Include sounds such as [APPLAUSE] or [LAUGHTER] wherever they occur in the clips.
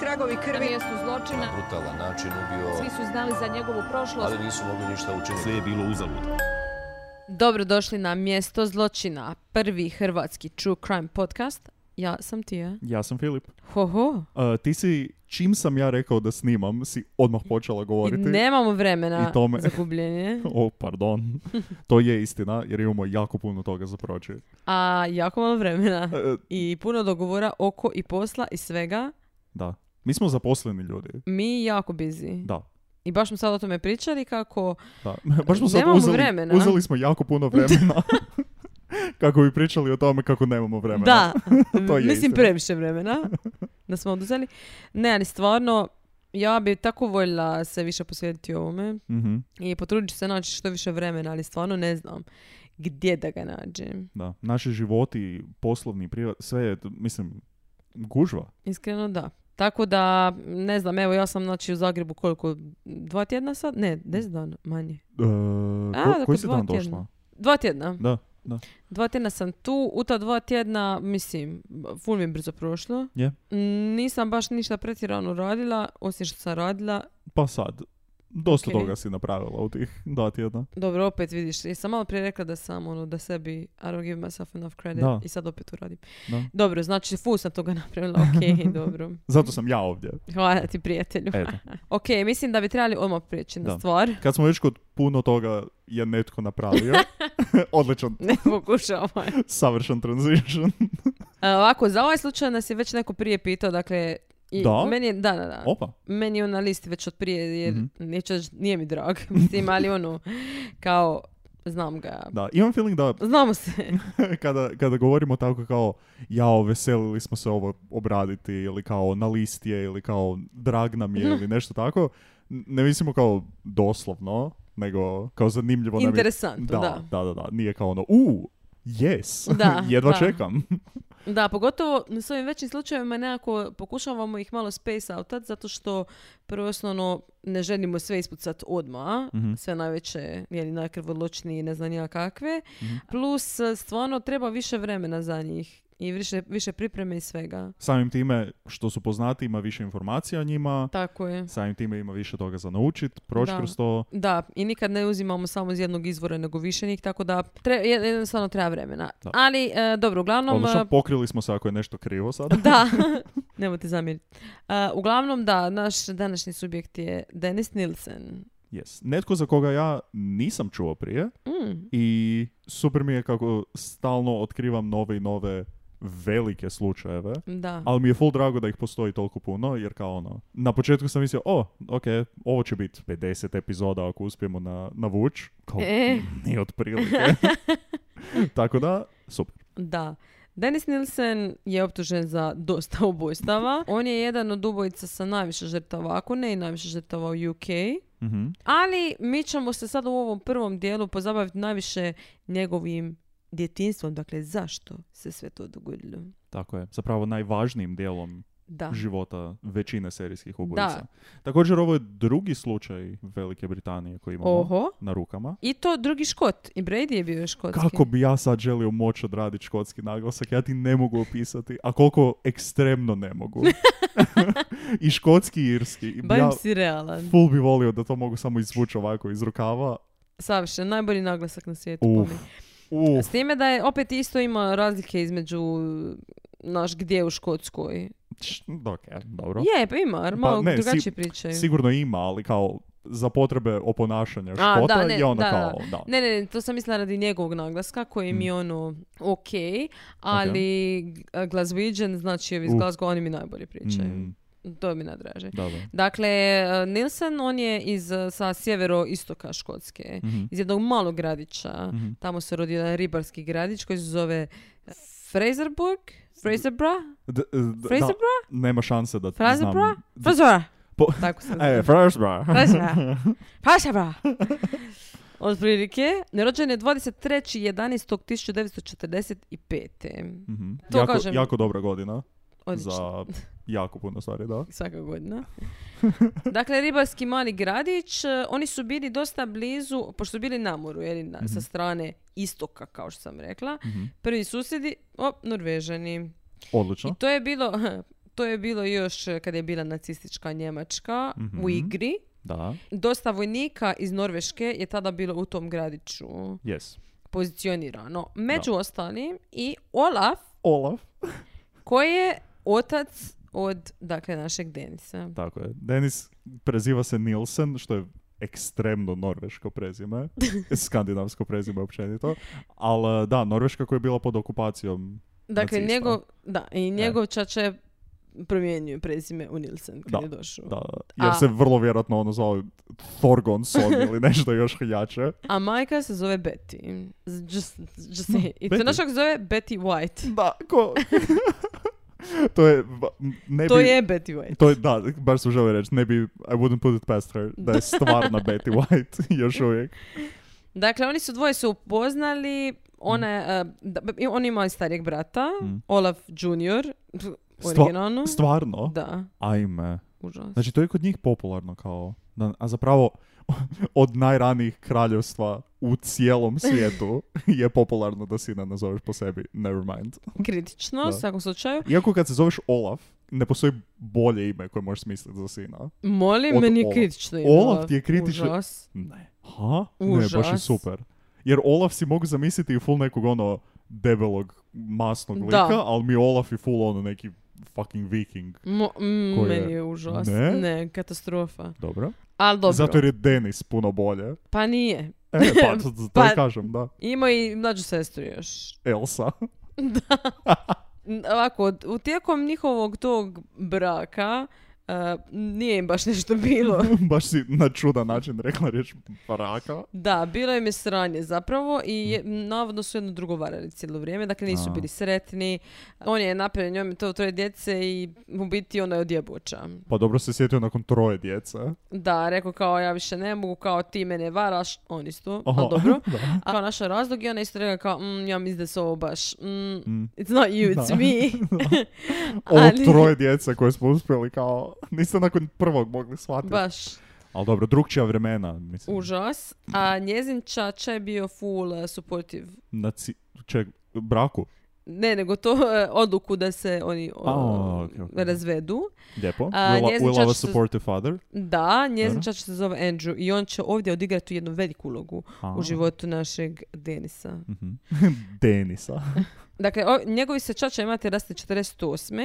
tragovi Na krvi. mjestu zločina brutalan način ubio, svi su znali za njegovu prošlost. ali nisu mogli ništa učiniti. Sve je bilo uzalud. Dobro došli na mjesto zločina, prvi hrvatski true crime podcast. Ja sam Tija. Ja sam Filip. Ho ho. Uh, ti si, čim sam ja rekao da snimam, si odmah počela I govoriti. nemamo vremena I tome. za gubljenje. O, pardon. [LAUGHS] to je istina, jer imamo jako puno toga za proći. A jako malo vremena. E, I puno dogovora oko i posla i svega. da. Mi smo zaposleni ljudi. Mi jako busy. Da. I baš smo sad o tome pričali kako da. [LAUGHS] Baš smo sad Nemamo uzeli, vremena. uzeli smo jako puno [LAUGHS] vremena. kako bi pričali o tome kako nemamo vremena. Da, [LAUGHS] To je mislim istina. previše vremena [LAUGHS] da smo oduzeli. Ne, ali stvarno, ja bi tako voljela se više posvetiti ovome Mhm, i potrudit ću se naći što više vremena, ali stvarno ne znam gdje da ga nađem. da. Naši životi, poslovni, priva, sve je, mislim, gužva. Iskreno da. Tako da, ne znam, evo ja sam znači u Zagrebu koliko, dva tjedna sad? Ne, deset dana, manje. E, ko- dakle, koji si dva dan tjedna. došla? Dva tjedna. Da, da. Dva tjedna sam tu, u ta dva tjedna, mislim, ful mi je brzo prošlo. Je. Nisam baš ništa pretjerano radila, osim što sam radila, Pa sad, dosta Ok. toga si napravila u tih dva tjedna. Dobro, opet vidiš, sam malo prije rekla da sam ono, da sebi, I don't give myself enough credit Da. i sad opet to radim. Da. Dobro, znači ful sam toga [LAUGHS] napravila, [LAUGHS] ok, dobro. Zato sam ja ovdje. Hvala ti prijatelju. Eto. Ok, mislim da bi trebali odmah prijeći na E. Da. stvar. [LAUGHS] Kad smo već kod puno toga je netko napravio. Odličan, Ne pokušavam. savršen transition. A, ovako, za ovaj slučaj nas je već neko prije pitao, dakle, i Da? meni je, da, da, da. Opa. Meni je on na listi već od prije, jer Mhm. neću reći, nije mi drag, [LAUGHS] mislim, ali ono, kao, znam ga. Da, imam feeling da [LAUGHS] Znamo se. kada, kada govorimo tako kao jao, veselili smo se ovo obraditi ili kao na list je ili kao drag nam je [LAUGHS] ili nešto tako, n- ne mislimo kao doslovno, nego kao zanimljivo nam je. Interesantno, da. Da, da, da. Nije kao ono, u, yes, Da, [LAUGHS] jedva da. čekam. Da, pogotovo s ovim većim slučajevima nekako pokušavamo ih malo space outat zato što prvo i osnovno ono, ne želimo sve ispucat odmah, Mhm. sve najveće, jeli najkrvodločnije i ne znam ni ja kakve, Mhm. plus e, stvarno treba više vremena za njih i više, više pripreme i svega. Samim time što su poznati ima više informacija o njima, Tako je. samim time ima više toga za naučit, proći Da. kroz to. Da, i nikad ne uzimamo samo iz jednog izvora, nego više njih, tako da tre, jed- jednostavno treba vremena. Da. Ali, e, dobro, uglavnom... Odlično, e, [LAUGHS] pokrili smo se ako je nešto krivo sada. [LAUGHS] Da, [LAUGHS] nemojte zamjeriti. A, E, uglavnom, da, naš današnji subjekt je Dennis Nilsen. Yes. Netko za koga ja nisam čuo prije Mm, i super mi je kako stalno otkrivam nove i nove velike slučajeve. da. Ali mi je full drago da ih postoji toliko puno, jer kao ono, na početku sam mislio, o, ok, ovo će biti 50 epizoda ako uspijemo na, navuć. Kao, E. ni otprilike. [LAUGHS] Tako da, super. Da. Dennis Nilsen je optužen za dosta ubojstava. On je jedan od ubojica sa najviše žrtava Akune i najviše žrtava u UK. Mhm. Ali mi ćemo se sad u ovom prvom dijelu pozabaviti najviše njegovim djetinstvom. Dakle, zašto se sve to dogodilo? Tako je. Zapravo najvažnijim dijelom Da. života većine serijskih ubojica. Da. Također ovo je drugi slučaj Velike Britanije koji imamo Oho. na rukama. I to drugi škot. I Brady je bio škotski. Kako bi ja sad želio moć odraditi škotski naglasak, ja ti ne mogu opisati, a koliko ekstremno ne [LAUGHS] mogu. [LAUGHS] I škotski i irski. I bi Bavim Ja si realan. full bi volio da to mogu samo izvući ovako iz rukava. Savršen, najbolji naglasak na svijetu. po Uf, meni. uf. S time da je opet isto ima razlike između naš gdje u Škotskoj. Č- Ok, dobro. Je, pa ima, jer malo ne, si- drugačije pričaju. Sigurno ima, ali kao za potrebe oponašanja A, škota da, ne, je ono da, kao... da. Ne, ne, ne, to sam mislila radi njegovog naglaska koji Mm. mi je ono ok, ali okay. Glaswegian, znači ovi iz Uf. Glasgow, oni mi najbolje pričaju. Mm, To mi najdraže. da, da. Dakle, Nilsen, on je iz, sa sjevero-istoka Škotske, Mhm. iz jednog malog gradića. Mhm. Tamo se rodio jedan ribarski gradić koji se zove Fraserburg? Fraserbra? D- e, d- da, Fraserbra? nema šanse da znam. Fraserbra? Fraserbra! Po- [LAUGHS] Tako se zove. E, Fraserbra. [LAUGHS] Fraserbra. Fraserbra! Od prilike, rođen je 23.11.1945. Mhm. To jako, kažem. jako dobra godina Odlično. za jako puno stvari, [LAUGHS] da. Svaka godina. dakle, ribarski mali gradić, eh, oni su bili dosta blizu, pošto su bili na moru, jeli, na- Mhm. sa strane istoka, kao što sam rekla. Prvi susjedi, o, Norvežani. Odlično. I to je bilo, [LAUGHS] To je bilo još eh, kad je bila nacistička Njemačka Mhm. u igri. Da, Dosta vojnika iz Norveške je tada bilo u tom gradiću yes. pozicionirano. Među ostalim i Olaf Olaf. koji je otac od dakle, našeg Denisa. Tako je. Denis preziva se Nilsen, što je ekstremno norveško [LAUGHS] prezime, skandinavsko prezime općenito, ali da, Norveška koja je bila pod okupacijom, Dakle, Nacista. E. njegov, da, i njegov čača je promijenio prezime u Nilsen kad Da, je došao. da, jer A- se vrlo vjerojatno ono zvao Thorgonson [LAUGHS] ili nešto još jače. A majka se zove Betty. Just, just say. I to Betty. znaš kako zove Betty White. Da, ko... [LAUGHS] to je, ba- ne To bi, je Betty White. To je, da, baš sam želio reći, ne bi, I wouldn't put it past her, da je stvarna Betty White [LAUGHS] još uvijek. Dakle, oni su dvoje se upoznali. Ona, Mm. je, e, da- i on ima i starijeg brata, Olaf Junior, Stva- originalno. Stvarno? Da, Ajme. užas. Znači, to je kod njih popularno kao, da, a zapravo [LAUGHS] od najranijih kraljevstva u cijelom svijetu je popularno da sina nazoveš po sebi, never mind. Kritično, Da. u svakom slučaju. Iako kad se zoveš Olaf, ne postoji bolje ime koje možeš smisliti za sina. Molim, Od meni je Olaf. kritično ime, Olaf ti je kritično- Užas. Ne. Ha? Ne, baš je Užas. super. Jer Olaf si mogu zamisliti i full nekog ono debelog, masnog Da. lika, ali mi je Olaf i full ono neki fucking viking. Mo, mm, Ko je? meni je užas. Ne? Ne? katastrofa. Dobro. Ali dobro, Zato jer je Denis puno bolje. pa nije. E, pa, [LAUGHS] to, to Pa- i kažem, da. Ima i mlađu sestru još. Elsa. [LAUGHS] N- Ovako, od- u tijekom njihovog tog braka eh, nije im baš nešto [LAUGHS] bilo. baš si na čudan način rekla riječ baraka. Da, bilo im je sranje zapravo i je- navodno su jedno drugo varali cijelo vrijeme, dakle nisu Mm. A. bili sretni. On je napravio njom to troje djece i u biti ona je odjeboča. Pa dobro se sjetio nakon troje djece. Da, rekao kao ja više ne mogu, kao ti mene varaš, on isto, Aha, ali Pa dobro. [LAUGHS] da. A kao našao razlog i ona isto rekla kao, "Mm, ja mislim da se ovo baš, mm, Mm. it's not you, it's Da. [LAUGHS] me. Ovo Ali- troje djece koje smo uspjeli kao, niste nakon prvog mogli shvatiti. baš Ali dobro, drugčija vremena, mislim. užas. A njezin čača je bio full eh, supportive. Naci... Ček, braku. Ne, nego to eh, odluku da se oni o, A, okej, okej. razvedu. Lijepo. A, we, lo- njezin we love a čačić se- supportive father. Da, njezin Dobro. čača se zove Andrew i on će ovdje odigrati tu jednu veliku ulogu A. u životu našeg Denisa. Mhm. Denisa. Dakle, o- njegovi se čača imate raste 48.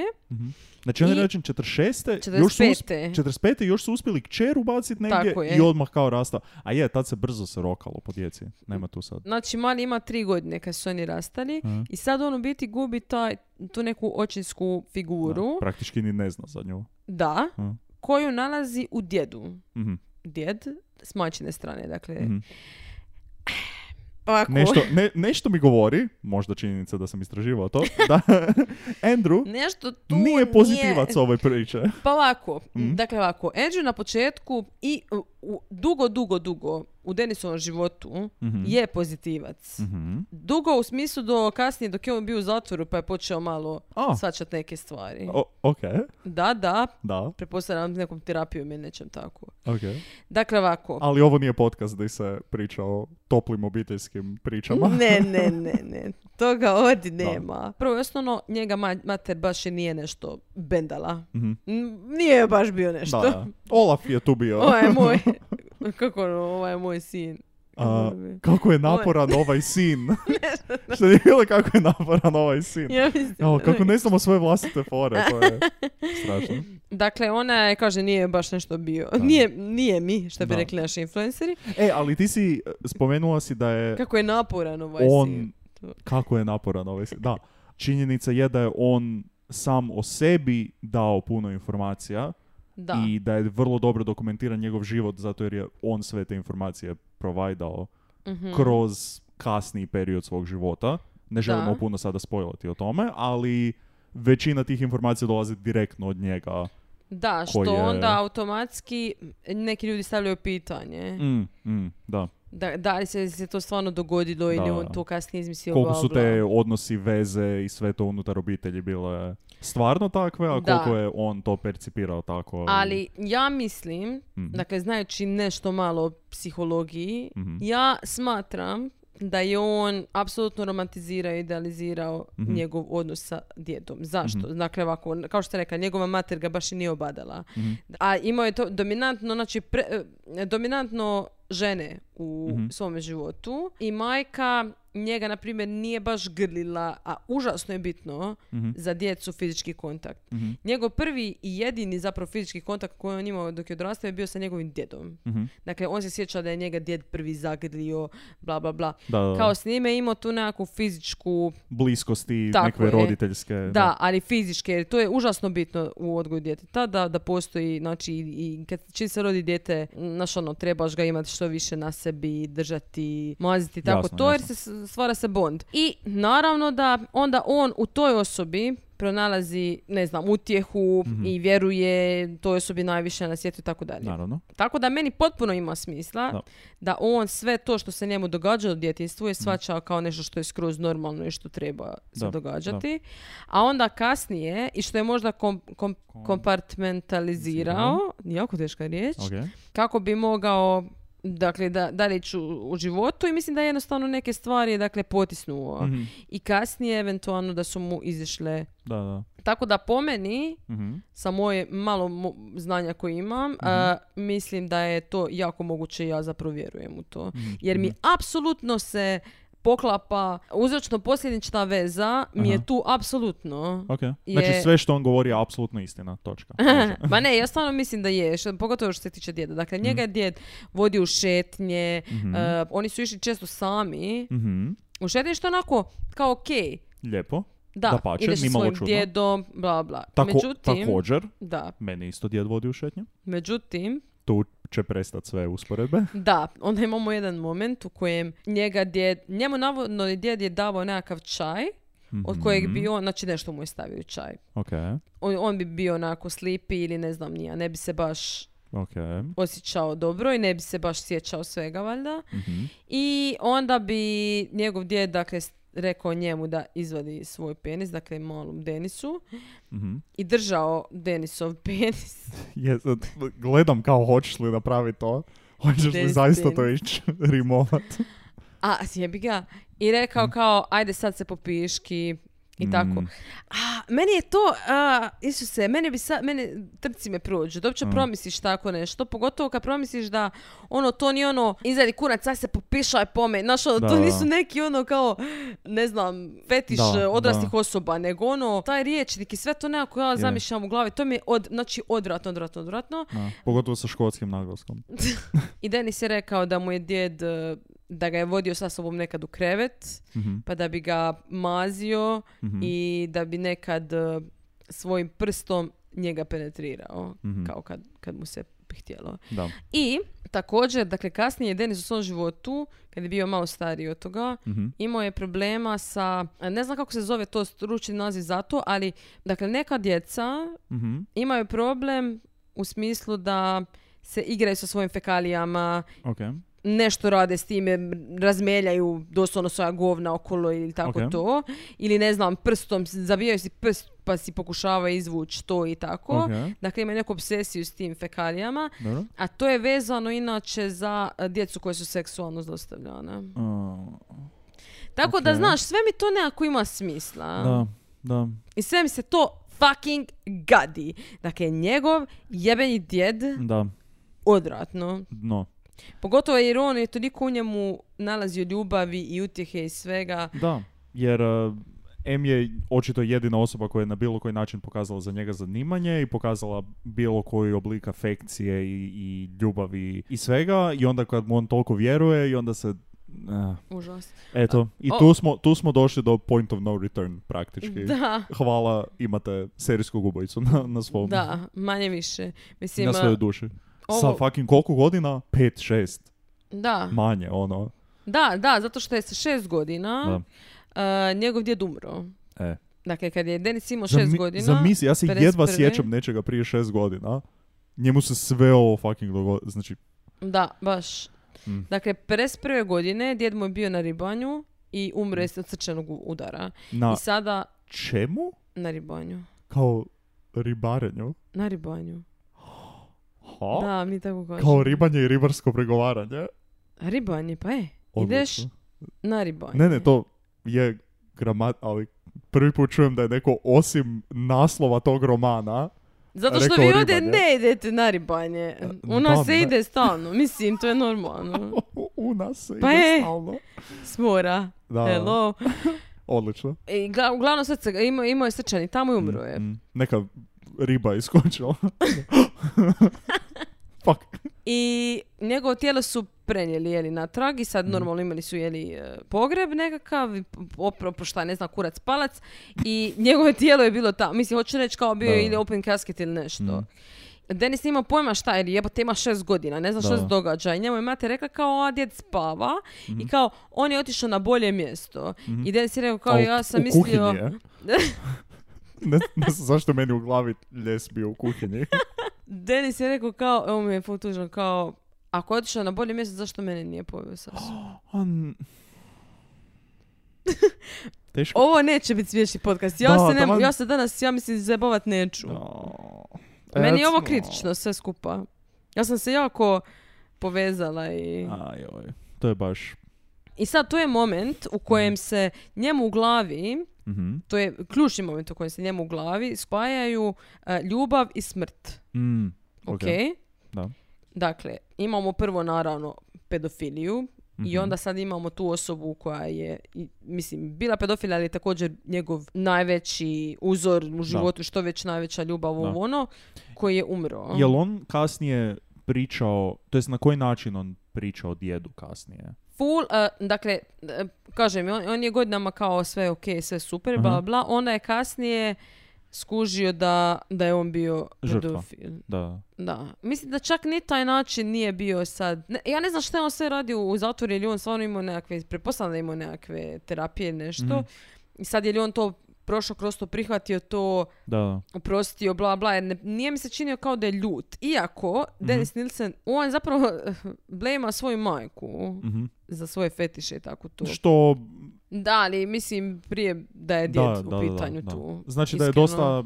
Znači on je I- rođen 46. 45. Još su usp- 45. još su uspjeli kćer ubacit negdje Tako je. i odmah kao rasta. A je, tad se brzo se rokalo po djeci. Nema tu sad. Znači, mali ima tri godine kad su oni rastali Mhm. i sad on u biti gubi taj, tu neku očinsku figuru, Da, praktički ni ne zna za nju. da, Mhm. koju nalazi u djedu. Mhm, Djed, s majčine strane, dakle. mhm. Ovako. Nešto, ne- nešto mi govori, možda činjenica da sam istraživao [LAUGHS] to, da Andrew Nešto tu nije pozitivac Mhm. nije- ove priče. Pa ovako, dakle ovako, Andrew na početku i u, u- dugo, dugo, dugo u Denisovom životu Mhm. je pozitivac. Mhm. Dugo u smislu do kasnije dok je on bio u zatvoru pa je počeo malo A. svačat neke stvari. O, ok, Da, da, da, prepostavljam nekom terapijom ili nečem tako. ok. Dakle ovako, Ali ovo nije podcast gdje se priča o toplim obiteljskim pričama. Ne, ne, ne, ne. Toga ovdje nema. Prvo i osnovno, njega ma- mater baš i nije nešto bendala. N- Nije baš bio nešto. Mhm. Da. Olaf je tu bio. Ovo je moj... [LAUGHS] Kako ono, ovo je moj sin. ono A, kako je naporan ovaj [LAUGHS] sin. Što je bilo kako je naporan ovaj sin. Ja mislim- Evo, kako ne znamo svoje vlastite fore, to [LAUGHS] je strašno. Dakle, ona je, kaže, nije baš nešto bio. Nije, nije mi, što bi Da. rekli naši influenceri. E, ali ti si, eh, spomenula si da je Kako je naporan ovaj on, sin. To. kako je naporan ovaj sin. Da, činjenica je da je on sam o sebi dao puno informacija Da. i da je vrlo dobro dokumentiran njegov život zato jer je on sve te informacije provajdao Mhm. kroz kasni period svog života. Ne želimo Da. puno sada spojlati o tome, ali većina tih informacija dolazi direktno od njega. Da, što koji je- onda automatski neki ljudi stavljaju pitanje. Mm, mm, da. Da, da li se, se to stvarno dogodilo ili Da. on to kasnije izmislio, Koliko bla, su bla. te odnosi, veze i sve to unutar obitelji bile stvarno takve, a Da. koliko je on to percipirao tako. um, i- Ali ja mislim, Ovaj. Mhm. dakle znajući nešto malo o psihologiji, Mhm. ja smatram da je on apsolutno romantizirao i idealizirao Mhm. njegov odnos sa djedom. Zašto? Mhm. Dakle, ovako, on- kao što ste rekla, njegova mater ga baš i nije obadala. Mhm. A imao je to dominantno, znači, pre- eh, dominantno žene u Mhm. svome životu i majka njega, na primjer, nije baš grlila, a užasno je bitno Mhm. za djecu fizički kontakt. Mhm. Njegov prvi i jedini zapravo fizički kontakt koji je on imao dok je odrastao je bio sa njegovim djedom. Mhm. Dakle, on se sjeća da je njega djed prvi zagrlio, bla, bla, bla. Da, da, da. Kao s njime je imao tu nekakvu fizičku, bliskosti Tako nekakve je. roditeljske. da, ali fizičke, jer to je užasno bitno u odgoju djeteta, da, da postoji, znači, i i kad čim se rodi dijete, znaš ono, trebaš ga imati što više na sebi, držati, maziti, tako Jasno, to, jer jasno. se s- stvara se bond. I naravno da onda on u toj osobi pronalazi, ne znam, utjehu Mhm. i vjeruje toj osobi najviše na svijetu i tako dalje. Naravno. Tako da meni potpuno ima smisla Da. da. on sve to što se njemu događa u djetinstvu je svačao kao nešto što je skroz normalno i što treba se Mhm. Da, događati. A onda kasnije, i što je možda kom, kom- kompartmentalizirao, jako teška riječ, Ok. kako bi mogao dakle, da, dalje ići u, u životu i mislim da je jednostavno neke stvari dakle, potisnuo. Mhm. I kasnije eventualno da su mu izišle. Da, da. Tako da po meni, Mhm. sa moje malo mo- znanja koje imam, a, Mhm. mislim da je to jako moguće i ja zapravo vjerujem u to. mhm, Jer mi apsolutno se poklapa uzročno-posljedična veza mi Aha. je tu apsolutno. mhm. Ok. Je- Znači sve što on govori je apsolutno istina. Točka. [LAUGHS] Ma ne, ja stvarno mislim da je, što- pogotovo što se tiče djeda. Dakle, Mhm. njega je djed vodio u šetnje, e, oni su išli često sami. Mhm. U šetnje što je onako, kao ok, Lijepo. da, Dapače, ideš sa nimalo svojim čudno. djedom, bla bla. Tako, međutim, Također, da, mene isto djed vodi u šetnje. međutim, Tu će prestati sve usporedbe. Da, onda imamo jedan moment u kojem njega djed, njemu navodno je djed je davao nekakav čaj od kojeg bi on, znači nešto mu je stavio u čaj. Mhm, Ok, On, on bi bio onako slipi ili ne znam nija, ne bi se baš ok. osjećao dobro i ne bi se baš sjećao svega valjda. Mhm. I onda bi njegov djed, dakle, s- rekao njemu da izvadi svoj penis, dakle malom Denisu, Mhm. i držao Denisov [LAUGHS] penis. Je, sad gledam kao hoćeš li napraviti to. Hoćeš li Destin. zaista to ići [LAUGHS] rimovat? A, jebi ga. I rekao kao, ajde sad se popiški i tako. Mm. A, meni je to, a, Isuse, meni bi sad, meni trci me prođu. Da Mm. uopće promisliš tako nešto, pogotovo kad promisliš da ono, to nije ono, izradi kurac, sad se popišaj po me. Znaš, ono, Da, to da. nisu neki ono kao, ne znam, fetiš Da, e, odraslih da. osoba, nego ono, taj riječnik i sve to nekako ja zamišljam u glavi. To mi je, od, znači, odvratno, odvratno, odvratno. Da, Pogotovo sa škotskim naglaskom. I Denis je rekao da mu je djed, e, da ga je vodio sa sobom nekad u krevet, Mhm. pa da bi ga mazio i da bi nekad e, svojim prstom njega penetrirao, Mhm. kao kad, kad mu se bi htjelo. Da. I također, dakle, kasnije je Denis u svom životu, kad je bio malo stariji od toga, Mhm. imao je problema sa, ne znam kako se zove to stručni naziv za to, ali, dakle, neka djeca Mhm. imaju problem u smislu da se igraju sa svojim fekalijama, Ok. nešto rade s time, m, razmeljaju doslovno svoja govna okolo ili tako Ok. to. Ili ne znam, prstom, s- zabijaju si prst pa si pokušava izvući to i tako. Ok. Dakle, imaju neku obsesiju s tim fekalijama. Dobro. A to je vezano inače za e, djecu koje su seksualno zlostavljana. A, Tako da, Ok. znaš, sve mi to nekako ima smisla. da, da. I sve mi se to fucking gadi. Dakle, njegov jebeni djed Da. odvratno. No. Pogotovo jer on je toliko u njemu nalazio ljubavi i utjehe i svega. Da. Jer uh, M je očito jedina osoba koja je na bilo koji način pokazala za njega zanimanje i pokazala bilo koji oblik afekcije i, i ljubavi i svega i onda kad mu on toliko vjeruje i onda se... eh, Užas. eto, i o- tu smo, tu smo došli do point of no return praktički. Da, Hvala, imate serijskog ubojicu na, na svom... da, manje više. Mislim, Na svojoj a, duši. ovo- Sa fucking koliko godina? Pet, šest. da, Manje, ono. da, da, zato što je sa šest godina a, njegov djed umro. E. Dakle, kad je Denis imao šest Zami- godina... Zamisli, ja se 51.. jedva sjećam nečega prije šest godina. Njemu se sve ovo fucking dogodilo. Znači, Da, baš. Mm. Dakle, 51. godine djed mu je bio na ribanju i umro je od srčanog u- udara. na I sada čemu? na ribanju. Kao ribarenju? Na ribanju. Ha? Da, mi tako kažemo. Kao ribanje i ribarsko pregovaranje? Ribanje, pa je. Odlično. Ideš Na ribanje. Ne, ne, to je gramat, ali prvi put čujem da je neko osim naslova tog romana, Zato što Rekao vi ovdje ribanje. ne idete na ribanje. U da, nas se ne. ide stalno. Mislim, to je normalno. u nas se Pa ide je. stalno. S mora. Da, Hello. odlično. I gla- uglavnom sad se, imao, imao je srčani tamo i umro Pa je. Mm, Neka riba je [LAUGHS] iskočila. Fuck. I njegovo tijelo su prenijeli jeli, natrag i Mhm. sad normalno imali su jeli, e, pogreb nekakav, i p- opro, po šta ne znam, kurac palac i njegovo tijelo je bilo tamo. Mislim, hoću reći kao bio Da. je ili open casket ili nešto. Denis nije imao pojma šta jer jebote ima šest godina, ne zna Da. što se događa i njemu je mate rekla kao a djed spava Mhm. i kao on je otišao na bolje mjesto i Denis je rekao kao A u- ja sam u mislio [LAUGHS] kuhinji je. Ne, ne znam zašto meni u glavi ljes bio u kuhinji. Denis je rekao kao, evo mi je ful tužno, kao, ako je otišao na bolje mjesto, zašto mene nije poveo [GASPS] sa sobom? [LAUGHS] An... Teško. Ovo neće biti smiješni podcast. Ja, Da, se ne, taman- ja se danas, ja mislim, zajebovat neću. E, Meni je recimo- ovo kritično, sve skupa. Ja sam se jako povezala i... Aj, joj, to je baš... I sad to je moment u kojem se njemu u glavi, Mhm. to je ključni moment u kojem se njemu u glavi, spajaju e, ljubav i smrt. Mm, Ok? ok. Da. Dakle, imamo prvo naravno pedofiliju, I Mhm. onda sad imamo tu osobu koja je, i- mislim, bila pedofila, ali je također njegov najveći uzor u životu, što već najveća ljubav, ovo Da. ono, koji je umro. Jel on kasnije pričao, to jest na koji način on pričao o djedu kasnije? Full, e, dakle, e, kažem, on, on je godinama kao sve ok, sve super, bla, Aha. bla, onda je kasnije skužio da, da je on bio Žrtva. pedofil. Da. Da. Mislim da čak ni taj način nije bio sad... ne- ja ne znam šta je on sve radio u zatvoru, ili on stvarno imao nekakve, pretpostavljam da je imao nekakve terapije ili nešto. Mhm. I sad je li on to prošao kroz to, prihvatio to, Da, da. oprostio, bla, bla, jer ne- nije mi se činio kao da je ljut. Iako, Mhm. Dennis Nielsen, on zapravo [LAUGHS] blema svoju majku Mhm. za svoje fetiše i tako to. Što... Da, ali mislim prije da je djed Da, u da, da, pitanju da. tu. Znači da je iskreno. dosta...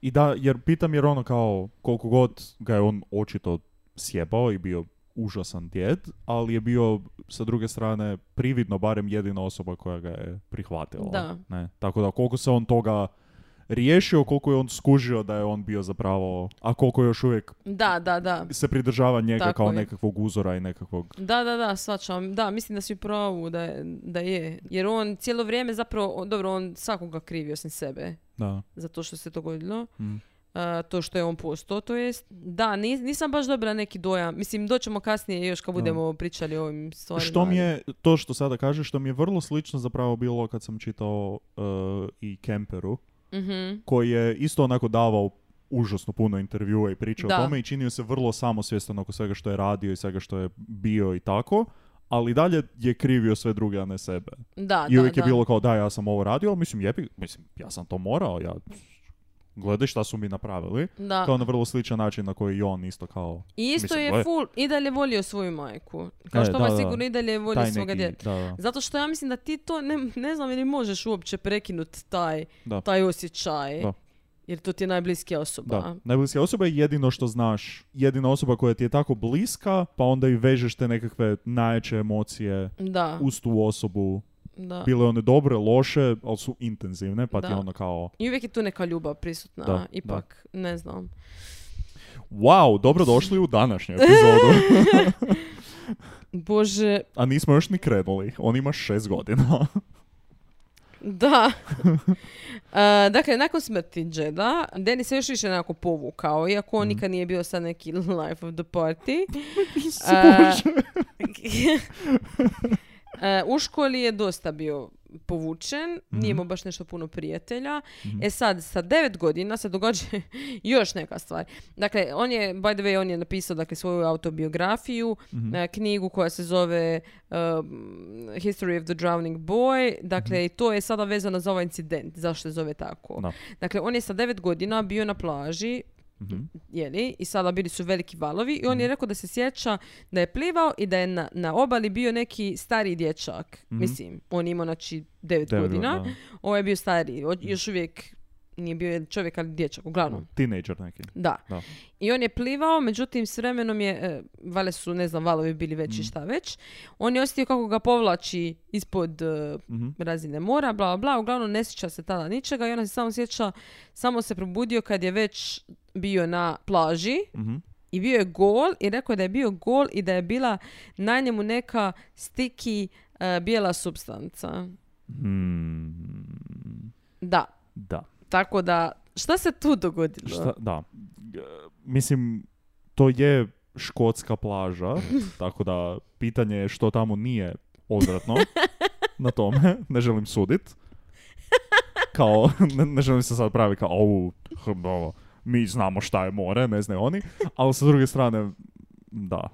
I da, jer pitam jer ono kao koliko god ga je on očito sjebao i bio užasan djed, ali je bio sa druge strane prividno barem jedina osoba koja ga je prihvatila. Da. Ne? Tako da koliko se on toga riješio, koliko je on skužio da je on bio zapravo, a koliko je još uvijek Da, da, da. se pridržava njega Tako kao je. nekakvog uzora i nekakvog... Da, da, da, svačam. Da, mislim da si u pravu da je, da je. Jer on cijelo vrijeme zapravo, on- dobro, on svakoga krivi osim sebe Da. za to što se dogodilo. Mm. A, to što je on postao, to jest. Da, nis- nisam baš dobila neki dojam. Mislim, doćemo kasnije još kad budemo pričali o ovim stvarima. Što mi ali- je, to što sada kažeš, što mi je vrlo slično zapravo bilo kad sam čitao uh, i Kemperu, Mhm. koji je isto onako davao užasno puno intervjua i priča Da. o tome i činio se vrlo samosvjestan oko svega što je radio i svega što je bio i tako, ali dalje je krivio sve druge, a ne sebe. Da, I da, uvijek da. je bilo kao da, ja sam ovo radio, ali mislim, jebi, mislim, ja sam to morao, ja gledaj šta su mi napravili. Da. Kao na vrlo sličan način na koji i on isto kao... I isto mislim, je gle. full, i dalje volio svoju majku. Kao E, što da, ovaj da. sigurno i dalje volio taj svoga neki- djeta. da, da. Zato što ja mislim da ti to, ne, ne znam ili možeš uopće prekinut taj, Da. taj osjećaj. Da. Jer to ti je najbliskija osoba. Da. Najbliskija osoba je jedino što znaš. Jedina osoba koja ti je tako bliska, pa onda i vežeš te nekakve najjače emocije Da, uz tu osobu. da. Bile one dobre, loše, ali su intenzivne, pa ti Da. je ono kao I uvijek je tu neka ljubav prisutna, Da, ipak, ne znam. wow, dobro došli u današnju [LAUGHS] epizodu. Bože, A nismo još ni krenuli. On ima šest [LAUGHS] godina. [LAUGHS] da. E, dakle, nakon smrti Jeda, Denis se još više nekako povukao, iako Mhm. on nikad nije bio sad neki [LAUGHS] life of the party. E, [LAUGHS] e, u školi je dosta bio povučen, nije imao baš nešto puno prijatelja. E sad, sa devet godina se događa [LAUGHS] još neka stvar. Dakle, on je, by the way, on je napisao dakle, svoju autobiografiju, e, knjigu koja se zove um, History of the Drowning Boy. Dakle, i to je sada vezano za ovaj incident, zašto se zove tako. Da. Dakle, on je sa devet godina bio na plaži, Mhm. jeli, i sada bili su veliki valovi i on je rekao da se sjeća da je plivao i da je na, na obali bio neki stari dječak. Mislim, on je imao znači Mhm. devet godina. Mhm. da. Ovo je bio stariji, od- još uvijek nije bio jedan čovjek, ali dječak, uglavnom. Teenager neki. Da. Da. I on je plivao, međutim s vremenom je, e, vale su, ne znam, valovi bili veći Mhm. šta već. On je osjetio kako ga povlači ispod e, Mhm. razine mora, bla, bla, bla. Uglavnom ne sjeća se tada ničega i ona se samo sjeća, samo se probudio kad je već bio na plaži Mhm. i bio je gol i rekao je da je bio gol i da je bila na njemu neka stiki bijela substanca. Mm, Da, da. tako da, šta se tu dogodilo? Šta, da. G- Mislim, to je škotska [LAUGHS] plaža, tako da pitanje je što tamo nije odvratno na tome. Ne želim sudit. Kao, ne, ne želim se sad pravi kao, au, hm, ovo, mi znamo šta je more, ne znaju oni. Ali sa druge strane, da,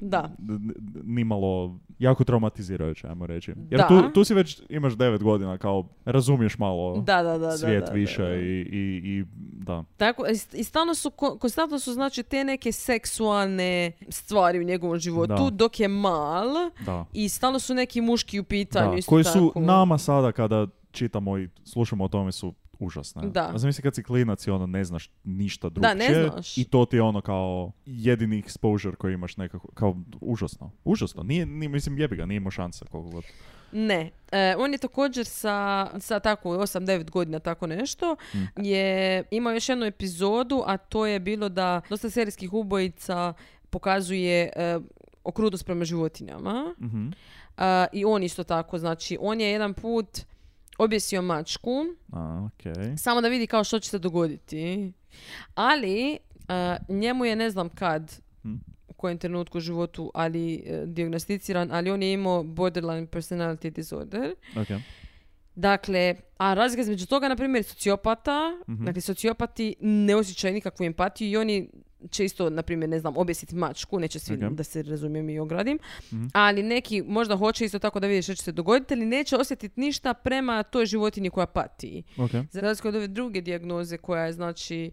Da, n- n- nimalo, jako traumatizirajuće, ajmo reći. Jer Da. tu, tu si već, imaš devet godina, kao, razumiješ malo da, da, da. da, svijet da, da, više da. I, i, i, da. Tako, i st- i stalno su, ko- konstantno su znači te neke seksualne stvari u njegovom Da. životu dok je mal Da. i stalno su neki muški u pitanju. Da, isto koji su tako. nama sada kada čitamo i slušamo o tome su užasne. Da. A zamisli kad si klinac i ono ne znaš ništa drugčije. ne znaš. I to ti je ono kao jedini exposure koji imaš nekako, kao užasno. Užasno. Nije, nije mislim jebi ga, nije imao šansa koliko god. Ne. E, on je također sa, sa tako 8-9 godina tako nešto Mm. je imao još jednu epizodu, a to je bilo da dosta serijskih ubojica pokazuje e, okrutnost prema životinjama. Mhm. A, I on isto tako, znači on je jedan put objesio mačku A, okej. samo da vidi kao što će se dogoditi. Ali a, njemu je ne znam kad u kojem trenutku u životu ali e, dijagnosticiran, ali on je imao borderline personality disorder. Okej. Dakle, a razlika između toga, na primjer, sociopata, dakle, sociopati ne osjećaju nikakvu empatiju i oni će isto, na primjer, ne znam, objesiti mačku, neće svi Ok. da se razumijem i ogradim, ali neki možda hoće isto tako da vidi što će se dogoditi, ali neće osjetiti ništa prema toj životinji koja pati. Okej. Za razliku od ove druge dijagnoze koja je znači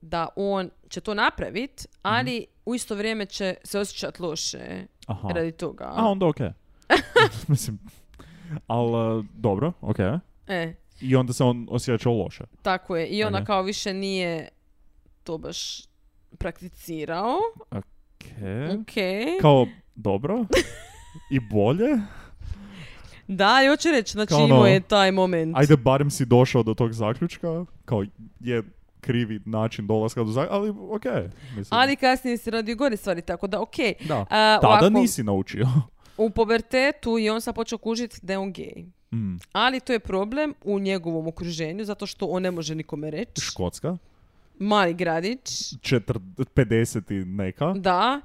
da on će to napravit, Mhm. ali u isto vrijeme će se osjećati loše Aha. radi toga. A, onda [LAUGHS] okej. mislim, ali dobro, okej. E, I onda se on osjećao loše. tako je. I ona Ok. kao više nije to baš prakticirao. Okej. Ok. Kao, dobro. I bolje. Da, i hoće reći, znači Kao ono- imao je taj moment. Ajde, barem si došao do tog zaključka, kao je krivi način dolaska do zaključka, ali okej. mislim. Ali kasnije se radi gore stvari, tako da ok. da. A, Tada ovako, nisi naučio. [LAUGHS] U pubertetu je on sad počeo kužiti da je on gej. Mm. Ali to je problem u njegovom okruženju, zato što on ne može nikome reći. Škotska, Mali gradić, četr- 50 i neka. da.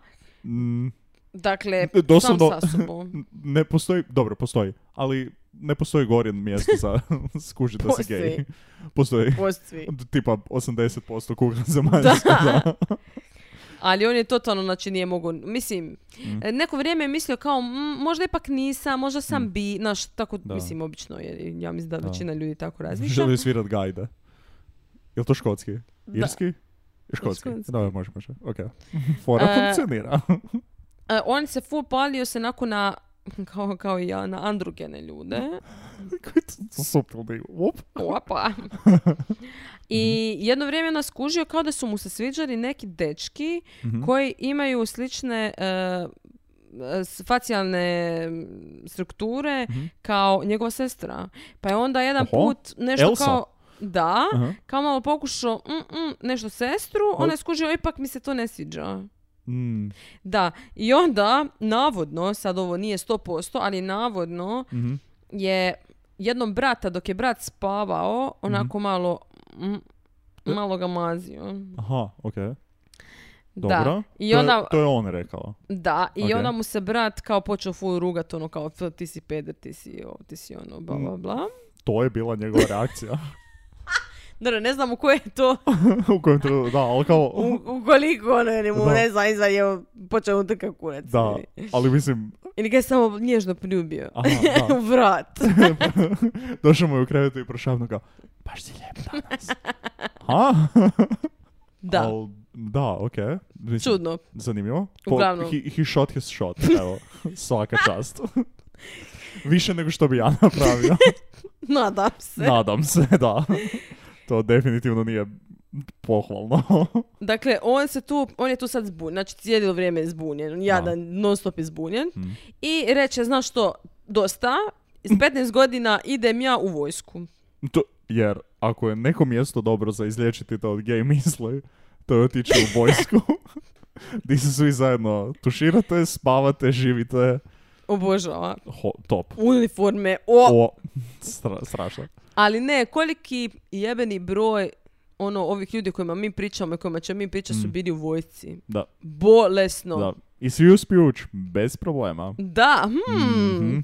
Mm, Dakle, Doslovno- sam sa [LAUGHS] sobom. ne postoji, dobro, postoji, ali ne postoji gorje mjesto za [LAUGHS] skužiti da si Postoji. gej. [LAUGHS] Postoji. Postoji. Tipa 80% kuha zemaljska, da. Ali on je totalno, znači nije mogao, mislim, Mm. e, neko vrijeme je mislio kao, "Mm, možda ipak nisam, možda sam bi, znaš, tako, Mm. Da. mislim, obično, jer ja mislim da, Da. većina ljudi tako razmišlja. [LAUGHS] Želi svirat gajda. Jel to škotski? Irski? Škotski. Škotski. Dobro, može, može. Okej. Fora E, funkcionira. E, on se full palio se nakon na, [LAUGHS] kao, kao i ja, na androgene ljude. [LAUGHS] Suptilni. Up. Opa. I Mhm. jedno vrijeme nas kužio kao da su mu se sviđali neki dečki Mhm. koji imaju slične e, e, s- facijalne mm, strukture kao njegova sestra. Pa je onda jedan Mhm. Oho. put nešto Elsa. kao... Da, Aha. kao malo pokušao mm, mm, nešto sestru, ona je skužio, ipak mi se to ne sviđa. Mm, Da, i onda, navodno, sad ovo nije 100%, ali navodno mhm. je jednom brata dok je brat spavao, onako Mhm. malo mm, malo ga mazio. Aha, okej. Da. Dobro. I To je- onda, To je on rekao. da, i Ok. onda mu se brat kao počeo full rugat, ono kao "F, ti si peder, ti si ovo, ti si ono, bla, Mm. bla, bla. To je bila njegova reakcija. [LAUGHS] Dobro, ne znam u koje je to, u kojem trenutku, da, ali kao... u, u koliko ono, ili mu Da. ne znam, izvan je počeo utrka kurac. Da, ili- ali mislim, Ili ga je samo nježno priljubio. [LAUGHS] aha, da. u vrat. Došao mu je u krevetu i prošavno kao, baš si lijep danas. [LAUGHS] Ha? Da, Al, da, okej. Mislim, čudno. Zanimljivo. Uglavnom. he, he shot his shot, evo. Svaka čast. [LAUGHS] Više nego što bi ja napravio. [LAUGHS] Nadam se. Nadam se, da. To definitivno nije pohvalno. Dakle, on se tu, on je tu sad zbunjen, znači cijelo vrijeme je zbunjen, jadan, non stop je zbunjen. Mm. I reče, znaš što, dosta, iz [LAUGHS] 15 godina idem ja u vojsku. [LAUGHS] to, jer ako je neko mjesto dobro za izlječiti to od gay misli, to je otići u vojsku. [LAUGHS] Di se svi zajedno tuširate, spavate, živite. Obožava. Ho, top. Uniforme, o! O, stra, strašno. Ali ne, koliki jebeni broj ono, ovih ljudi kojima mi pričamo i kojima će mi pričati su bili u vojsci. Mhm. Da, Bolesno. da. I svi uspiju ući bez problema. Da, hmm. Mhm.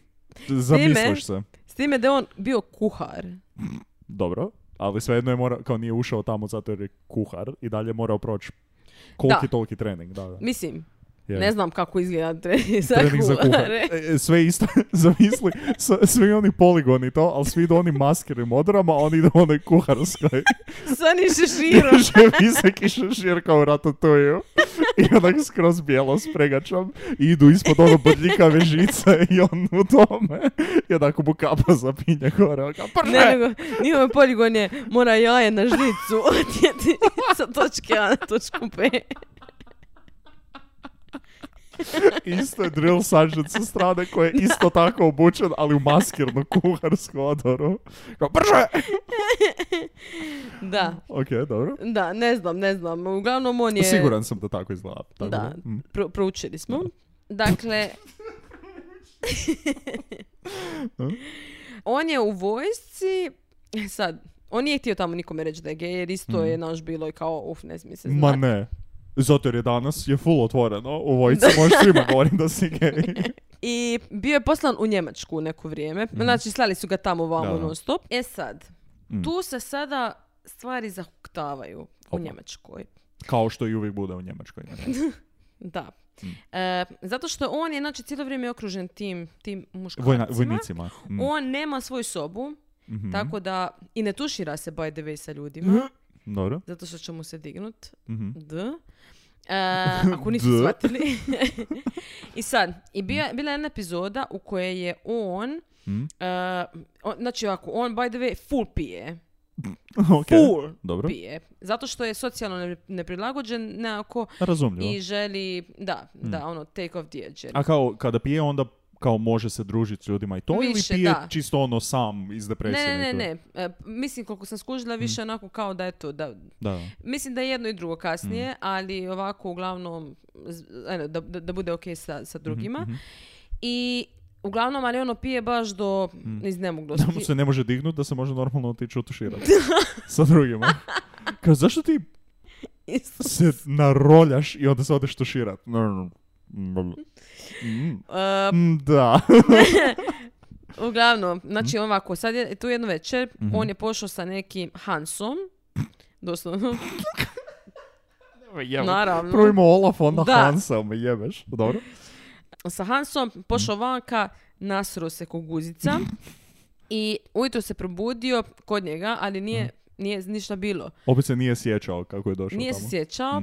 Zamisliš se. S time da je on bio kuhar. Dobro. Ali svejedno je morao, kao nije ušao tamo zato jer je kuhar i dalje je morao proći koliki Da. toliki trening. Da, da. Mislim, Je. ne znam [LAUGHS] kako izgleda trening za trening za [LAUGHS] kuhar. kuhare. E, e, Sve isto, zamisli, s- svi oni poligoni i to, ali svi idu oni maskirim odorama, a oni idu onoj kuharskoj. S onim šeširom. Že visok i šešir kao u ratatuju. I onak skroz bijelo s pregačom. I idu ispod ono bodljikave žice i on u tome. I onako mu kapa zapinje gore. on Kao, "Prže!" Ne, nego njihove poligon je mora jaje na žlicu [LAUGHS] odjeti sa točke A na točku B. Isto je drill sergeant sa strane koji je isto tako obučen, ali u maskirnu kuharsku odoru. Kao, brže! Da, Ok, dobro. da, ne znam, ne znam. Uglavnom on je... Siguran sam da tako izgleda. Tako Da, mm. pro- proučili smo. Dakle... on je u vojsci... Sad, on nije htio tamo nikome reći da je gej, jer isto je naš bilo i kao, uf, ne smije se Mhm. Ma znati. ne. Zato jer je danas je full otvoreno. U vojci možeš [LAUGHS] svima govoriti da si gej. I bio je poslan u Njemačku neko vrijeme. Znači, slali su ga tamo vamo Mhm. Da, da. non stop. E sad, Mm. tu se sada stvari zahuktavaju u Opa. Njemačkoj. Kao što i uvijek bude u Njemačkoj. Da. Mm. E, zato što on je znači cijelo vrijeme okružen tim, tim muškarcima. Vojna, vojnicima. Mm. On nema svoju sobu, Mhm. tako da i ne tušira se by the way sa ljudima, Dobro. zato što će mu se dignut. Mhm. D. E, [LAUGHS] ako niste D. [LAUGHS] shvatili. I sad, i bio, bila je jedna epizoda u kojoj je on, Mm. e, on- znači ovako, on by the way full pije. Ok. Hm? Full Dobro. pije. Zato što je socijalno ne- neprilagođen nekako Razumljivo. i želi, da, da, ono, take off the edge. Hm. A kao kada pije onda kao može se družiti s ljudima i to Više, ili pije da. čisto ono sam iz depresije? Ne, ne, ne, i to? ne. E, mislim, koliko sam Hm. skužila, više onako kao da je to, da, Da. mislim da je jedno i drugo kasnije, Hm. ali ovako uglavnom, z- eno, da, da, da bude ok sa, Mhm, sa drugima. I uglavnom, ali ono pije baš do iznemoglosti. Hm. Da mu se ne može dignut da se može normalno otići [LAUGHS] otuširati. Sa drugima. Kao zašto ti Isto. se naroljaš i onda se odeš tuširat? Ne, ne, ne. Mm, [LAUGHS] E, mm, Da. Uglavnom, znači Mhm. ovako, sad je tu jedno večer, on je pošao sa nekim Hansom, [LAUGHS] doslovno, naravno. Prvo ima Olaf, onda Da. Hansa, me jebeš. Dobro. sa Hansom, pošao vanka, nasro se ko guzica i ujutro se probudio kod njega, ali Mhm. nije, nije ništa bilo. Opet se nije sjećao kako je došao Nije tamo. se sjećao,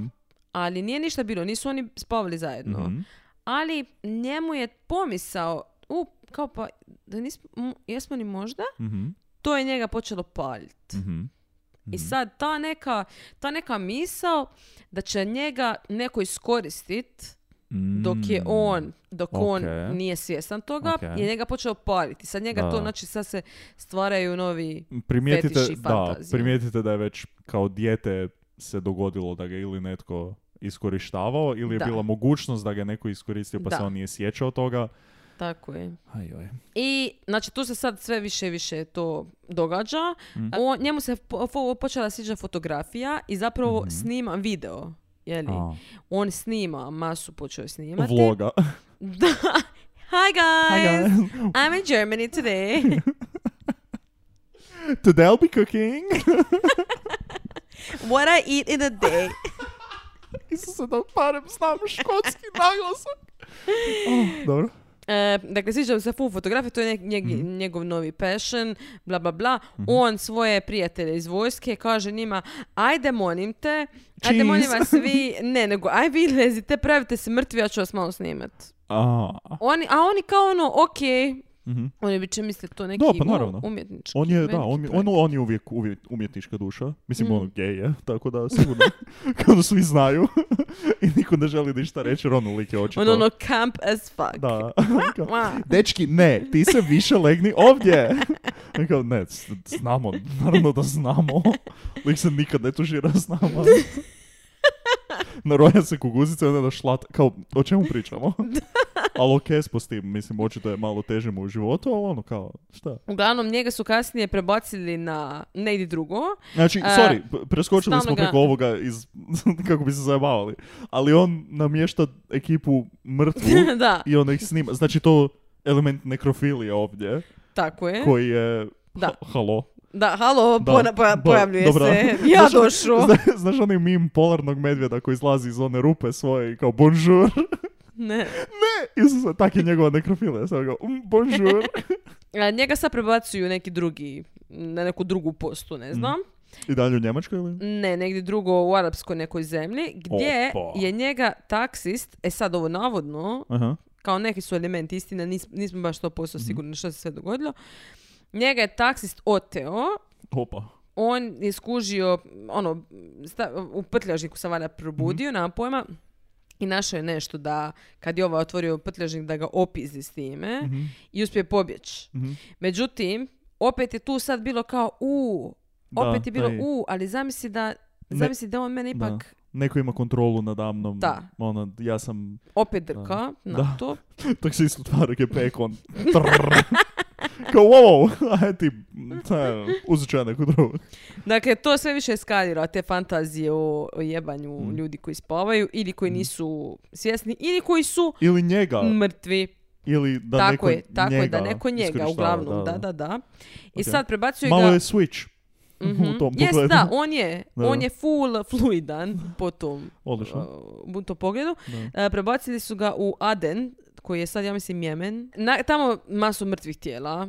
ali nije ništa bilo, nisu oni spavali zajedno. Mhm. Ali njemu je pomisao, u, kao pa, da nismo, m, jesmo ni možda? Mhm. To je njega počelo palit. Mhm. I sad ta neka, ta neka misao da će njega neko iskoristit dok je Mm. on, dok Ok. on nije svjestan toga, Ok. je njega počeo paliti. Sad njega Da. to, znači sad se stvaraju novi... primijetite, fetiš i da, fantazije. primijetite da je već kao dijete se dogodilo da ga ili netko iskorištavao ili je Da. bila mogućnost da ga je neko iskoristio pa se Da. on nije sjećao toga. Tako je. Ajoj. I znači tu se sad sve više i više to događa. Mhm. On, njemu se po- fo- počela sviđa fotografija i zapravo snima video. Jeli? Mhm. A. On snima, masu počeo je snimati. Vloga. Da. Hi guys! [LAUGHS] I'm in Germany today. Today I'll be cooking. What I eat in a day. Isuse, da barem znam [LAUGHS] škotski naglasak. Oh, dobro. E, dakle, sviđa mu se full fotografija, to je nek- njeg- Mhm. njegov novi passion, bla, bla, bla. On svoje prijatelje iz vojske kaže njima, ajde molim te, ajde Cheese. molim vas [LAUGHS] vi, ne, nego aj vi lezite, pravite se mrtvi, ja ću vas malo snimat. A, Oni, a oni kao ono, ok, Mhm. Oni bi će misliti to neki Da, pa u- naravno. umjetnički. On je, da, veliki on je, on, projekt. on je uvijek, uvijek umjetnička duša. Mislim, Mm. on gej je, tako da [LAUGHS] sigurno, kao svi znaju [LAUGHS] i niko ne želi ništa reći, jer on lik je očito. On ono camp as fuck. Da. Kao, Mua. Dečki, ne, ti se više legni [LAUGHS] ovdje. Ja Kao, ne, s- znamo, naravno da znamo. Lik se nikad ne tužira s [LAUGHS] nama. Naroja se kuguzica i onda da šlat, kao, o čemu [LAUGHS] pričamo? Ali okej smo s tim, mislim, očito je malo teže mu u životu, ali ono kao, šta? Uglavnom, njega su kasnije prebacili na negdje drugo. Znači, E, sorry, p- preskočili stalno smo ga- preko ovoga iz, [LAUGHS] kako bi se zajebavali, ali on namješta ekipu [LAUGHS] mrtvu da, i on ih snima. Znači, to element nekrofilije ovdje, tako je. koji je... Da. Ha- Halo. Da, halo, Da, pona- poja- da, pojavljuje dobra. [LAUGHS] se. [LAUGHS] Ja Znaš- došao. Zna- znaš onaj mim polarnog medvjeda koji izlazi iz one rupe svoje i kao bonjour? [LAUGHS] Ne. Ne! Isuse, tak je njegova nekrofilija. Samo kao mm, bonjour. A, Njega sad prebacuju neki drugi, na neku drugu postu, ne znam. I dalje u Njemačkoj ili? Ne, negdje drugo u arapskoj nekoj zemlji, gdje Opa. je njega taksist, e sad ovo navodno, Aha. kao neki su elementi istine, nis- nismo baš to posto sigurni što se sve dogodilo. Njega je taksist oteo, Opa. on je skužio, ono, sta- u prtljažniku sam valjda probudio, Mhm. mm pojma, i našao je nešto da, kad je ovaj otvorio prtljažnik, da ga opizi s time i uspije pobjeći. Mhm. Međutim, opet je tu sad bilo kao u, Da, opet je bilo taj- u, ali zamisli da, Ne- zamisli da on mene Da. ipak Neko ima kontrolu nada mnom. Da. Ono, ja sam [LAUGHS] opet drka na Da. to. Taksist otvarao je pekon. Trrr. Kao, wow, [LAUGHS] aj ti, ta, uzet ću ja neku drugu. Dakle, to sve više eskalira, te fantazije o, o jebanju Mm. ljudi koji spavaju ili Mhm. koji nisu svjesni ili koji su Ili njega, mrtvi. ili da Mm. tako neko je, tako njega je, da neko njega iskorištava, uglavnom, da, da, da. I Ok. sad prebacuje Malo ga... je switch Mhm. u tom Jest, pogledu. da, on je, Da. on je full fluidan po tom, [LAUGHS] Odlično. uh, u tom pogledu. Da. E, prebacili su ga u Aden, koji je sad, ja mislim, Jemen. Na, tamo masu mrtvih tijela,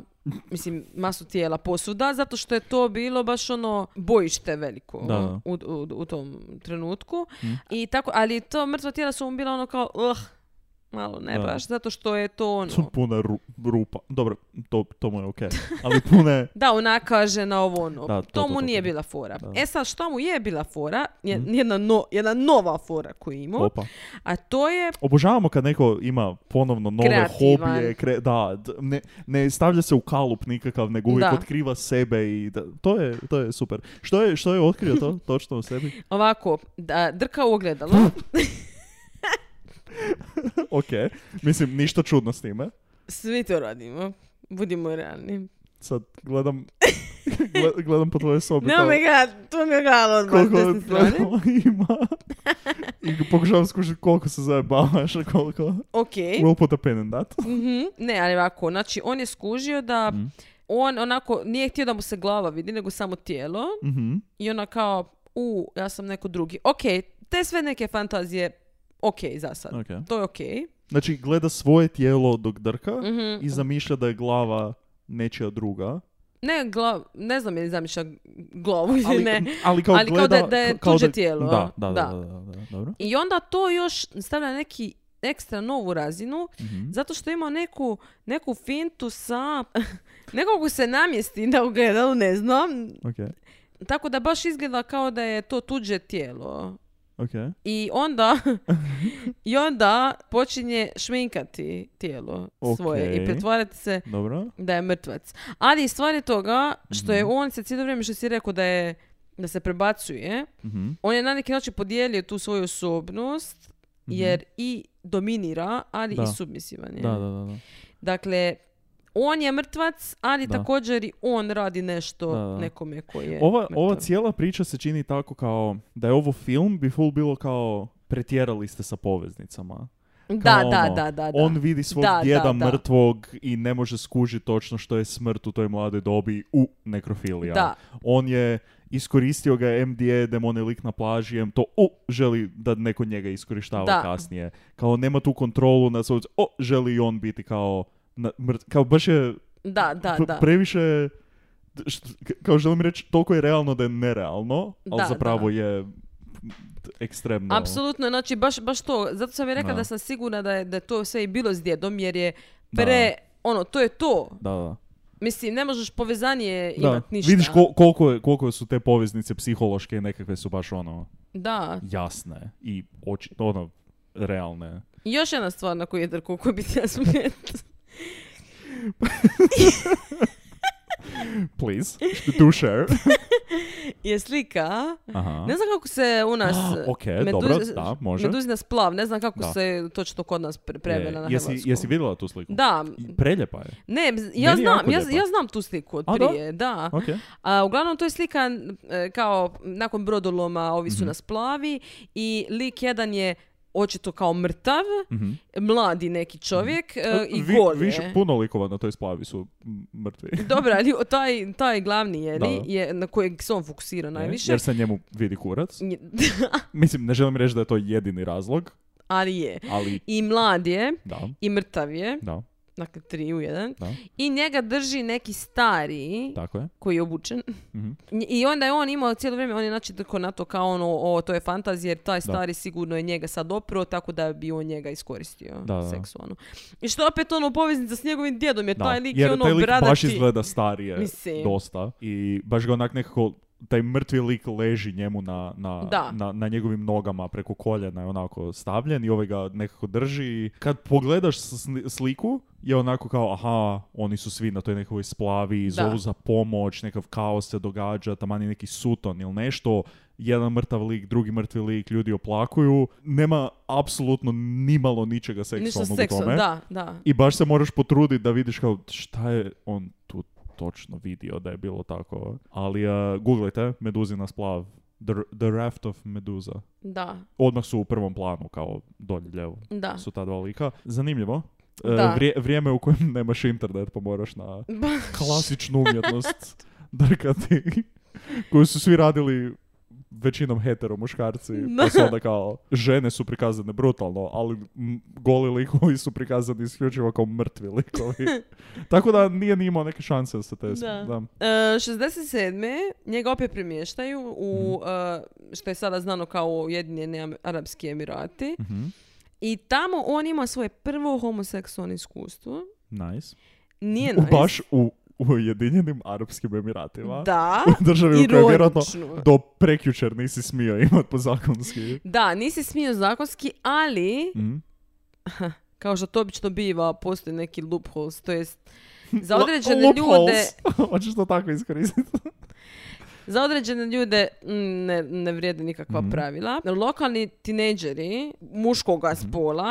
mislim, masu tijela posuda, zato što je to bilo baš ono bojište veliko Da. Mhm. U, u, u tom trenutku. I tako, ali to mrtvo tijela su mu bila ono kao, uh, malo ne Da. baš, zato što je to ono... Su puna ru- rupa. Dobro, to, to mu je okej. Ali [LAUGHS] pune... Da, ona kaže na ovo ono. Da, to, to, to, mu to, nije to. bila fora. Da. Mhm. E sad, što mu je bila fora? Je, jedna, no- jedna nova fora koju je imao, Opa. a to je Obožavamo kad neko ima ponovno nove Kreativan. hobije. Kre, da, d- ne, ne stavlja se u kalup nikakav, nego uvijek Da. otkriva sebe i da, to, je, to je super. Što je, što je otkrio [LAUGHS] to točno u sebi? ovako, da, drka u ogledalo. Ok, mislim, ništa čudno s time. Svi to radimo. Budimo realni. Sad [LAUGHS] gledam, gle- gledam po tvojoj sobi pa No me ga, to mi je galo odmah s koliko desne strane. gledala [LAUGHS] ima. I pokušavam skušati koliko se zajebavaš, a koliko... Ok. We'll put a pin in [LAUGHS] that. Mhm. Ne, ali ovako, znači on je skužio da Mhm. on onako nije htio da mu se glava vidi, nego samo tijelo. Mhm. I ona kao, u, ja sam neko drugi. Ok, te sve neke fantazije, ok za sad. Ok. To je ok. Znači, gleda svoje tijelo dok drka Mhm. i zamišlja da je glava nečija [LAUGHS] druga. Ne, glav, ne znam je li zamišlja glavu ili Ali, ne. ali kao Ali kao gleda... da- da je tuđe tijelo, a? Da, da, da, Da. da, da, da, dobro. I onda to još stavlja na neki ekstra novu razinu, Mhm. zato što ima neku, neku fintu sa... [LAUGHS] Nekog ko se namjesti na ogledalu, ne znam. Ok, Tako da baš izgleda kao da je to tuđe tijelo. ok. I onda, i onda počinje šminkati tijelo svoje i Okej. pretvarati se Dobro. da je mrtvac. Ali stvar je toga što je on se cijelo vrijeme što si rekao da je da se prebacuje, Mhm. on je na neki način podijelio tu svoju osobnost jer i dominira, ali Da. i submisivan je. Da, da, da, da. Dakle, on je mrtvac, ali Da. također i on radi nešto Da, da. nekome koji je Ova, mrtav. ova cijela priča se čini tako kao da je ovo film bi full bilo kao pretjerali ste sa poveznicama. da, kao da, ono, da, da, da. On vidi svog Da, djeda da, da. mrtvog i ne može skužiti točno što je smrt u toj mladoj dobi u nekrofilija. Da. On je iskoristio ga je MDA, demon je lik na plaži, em to u, želi da neko njega iskorištava Da. kasnije. Kao nema tu kontrolu na svoj, o, želi i on biti kao, na, mrt- kao baš je Da, da, P- da. previše je- št- k- kao želim reći, toliko je realno da je nerealno, ali Da, zapravo da. je t- ekstremno. Apsolutno, znači baš, baš to. Zato sam i rekla da, Da. sam sigurna da je, da je to sve i bilo s djedom jer je Da. pre ono, to je to. Da, da. Mislim, ne možeš povezanje da. imat ništa. Vidiš ko- koliko, je- koliko su te poveznice psihološke i nekakve su baš ono Da. jasne i oči, ono realne. I još jedna stvar na koju je Drko koji bi ti ja smet. Please, [LAUGHS] do share. [LAUGHS] je slika. Aha. Ne znam kako se u nas... A, ok, meduz- dobro, da, može. Meduzina splav, ne znam kako Da. se točno kod nas pre- E, prevela na jesi, hrvatskom. jesi vidjela tu sliku? Da, I Preljepa je. ne, m- je ja znam, jako ja, lijepa. ja znam tu sliku od A, da? prije, da. Ok. A, uglavnom to je slika e, kao nakon brodoloma ovi Mhm. su na splavi i lik jedan je očito kao mrtav, Mhm. mladi neki čovjek e, i Vi- gol više- je. puno likova na toj splavi su m, mrtvi. Dobro, ali taj, taj glavni je, li, Da. je na kojeg se on fokusira najviše. E, Jer se njemu vidi kurac. Nje- Mislim, ne želim reći da je to jedini razlog, [LAUGHS] ali je. ali I mlad je, da, i mrtav je, da, dakle tri u jedan, da, i njega drži neki stariji tako je. koji je obučen. Mhm. I onda je on imao cijelo vrijeme, on je znači tako na to kao ono, o, to je fantazija jer taj stari sigurno je njega sad opro, tako da bi on njega iskoristio Da, da. seksualno. I što je opet ono poveznica s njegovim djedom, jer Da. taj lik Jer je ono taj lik baš bradati. izgleda starije Mislim. dosta i baš ga onak nekako taj mrtvi lik leži njemu na, na, Da. na, na njegovim nogama preko koljena je onako stavljen i ovaj ga nekako drži. i Kad pogledaš sli- sliku je onako kao aha, oni su svi na toj nekakvoj splavi, zovu za pomoć, nekav kaos se događa, taman je neki suton ili nešto, jedan mrtav lik, drugi mrtvi lik, ljudi oplakuju, nema apsolutno nimalo ničega Ništa seksualnog u seksualno, tome. da, da. I baš se moraš potruditi da vidiš kao šta je on tu točno vidio da je bilo tako. Ali uh, googlajte Meduzina splav. The, the Raft of Meduza. Da, Odmah su u prvom planu kao dolje ljevo. da. Su ta dva lika. Zanimljivo. E, Da. vrije- vrijeme u kojem [LAUGHS] nemaš internet pa moraš [LAUGHS] na klasičnu umjetnost [LAUGHS] drkati. koju su svi radili većinom hetero [LAUGHS] muškarci, pa su onda kao, žene su prikazane brutalno, ali m- goli likovi su prikazani isključivo kao mrtvi [LAUGHS] likovi. Tako da nije ni imao neke šanse da se te... Da. da. E, 67. njega opet premještaju u, Mhm. e, što je sada znano kao Ujedinjeni Am- Arapski Emirati. Mhm. I tamo on ima svoje prvo homoseksualno iskustvo. Nice. Nije U- E, nice. Baš u u Ujedinjenim Arapskim Emiratima. Da. U državi u kojoj vjerojatno ironično. do prekjučer nisi smio imat po zakonski. Da, nisi smio zakonski, ali, Mhm. kao što to obično biva, postoji neki loopholes, to jest [LAUGHS] za Lo- određene ljude, loopholes. [LAUGHS] Hoćeš to tako iskoristiti? za određene ljude mm, ne, ne vrijede nikakva Mhm. pravila. Lokalni tineđeri muškoga spola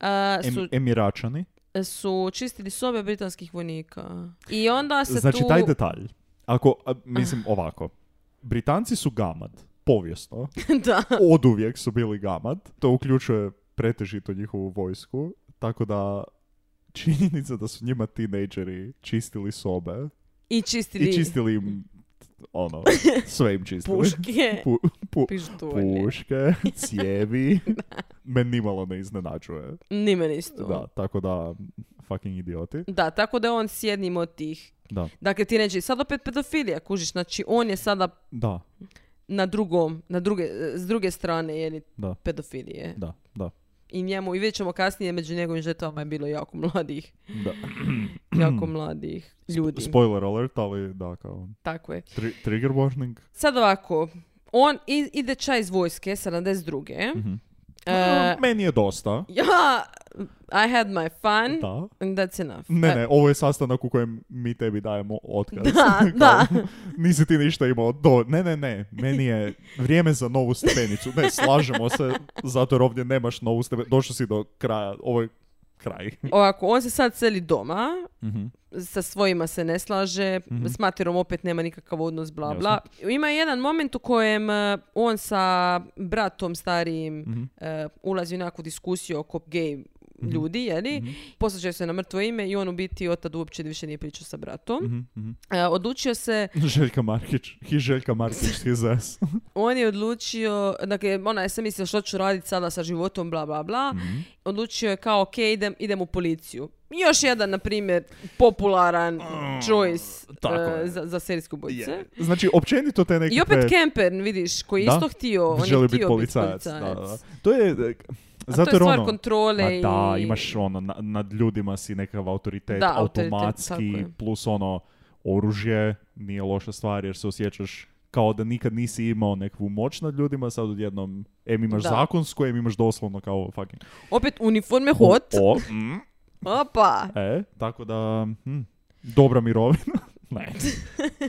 a, su, Mhm. Em- Emiračani. su čistili sobe britanskih vojnika. I onda se Znači, tu... Ah. taj detalj. Ako, a, mislim, ovako. Britanci su gamad, povijesno. [LAUGHS] [LAUGHS] da, Od uvijek su bili gamad. To uključuje pretežito njihovu vojsku. Tako da, činjenica da su njima tinejdžeri čistili sobe i čistili i čistili im, [LAUGHS] ono, sve im čistili. puške, [LAUGHS] Pu- pu- pištolje. [LAUGHS] puške, cijevi. Me nimalo ne iznenađuje. Ni meni isto. Da, tako da, fucking idioti. Da, tako da je on s jednim od tih. Da, Dakle, ti neđe, sad opet pedofilija, kužiš, znači on je sada da, na drugom, na druge, s druge strane, je li da, pedofilije. da, da. I njemu, i vidjet ćemo kasnije, među njegovim žrtvama je bilo jako [CLEARS THROAT] mladih, da. jako mladih ljudi. Spoiler alert, ali da, kao, Tako je. Tri- trigger warning? Sad ovako, on i- ide čaj iz vojske, 72. Mhm. [CLEARS THROAT] E, Meni je dosta. ja, I had my fun, Da. and that's enough. Ne, E, ne, ovo je sastanak u kojem mi tebi dajemo otkaz. Da, [LAUGHS] Kao, da. Nisi ti ništa imao do... Ne, ne, ne, meni je vrijeme za novu stepenicu. Ne, slažemo se, zato jer ovdje nemaš novu stepenicu. Došao si do kraja, ovo je kraj. Mhm, Ovako, on se sad seli doma, sa svojima se ne slaže, s materom opet nema nikakav odnos, bla bla. Ima jedan moment u kojem e, on sa bratom starijim e, ulazi u nekakvu diskusiju oko gay ljudi, jeli? Posjećaju se na mrtvo ime i on u biti otad uopće više nije pričao sa bratom. Mhm. E, odlučio se, [LAUGHS] Željka Markić, he Željka Markić, his ass. on je odlučio, dakle, ona je se mislila što ću raditi sada sa životom, bla, bla, bla. Mhm. Odlučio je kao, ok, idem, idem u policiju. Još jedan, na primjer, popularan choice tako e, je. za, za serijske ubojice. Znači, općenito te nekakve... I opet Kemper, vidiš, koji je Da? isto htio, on je Želi htio biti policajac. biti policajac. da, da. To je, e, to je jer stvar ono, kontrole Ma da, i... imaš ono, na- nad ljudima si nekakav autoritet Da, autoritet, automatski, tako je. plus ono, oružje nije loša stvar jer se osjećaš kao da nikad nisi imao nekakvu moć nad ljudima, sad odjednom, em imaš Da. zakonsku, em imaš doslovno kao fucking... Opet uniforme hot. O, mm, Opa! e, tako da, hm, dobra mirovina. [LAUGHS] [LAUGHS] ne.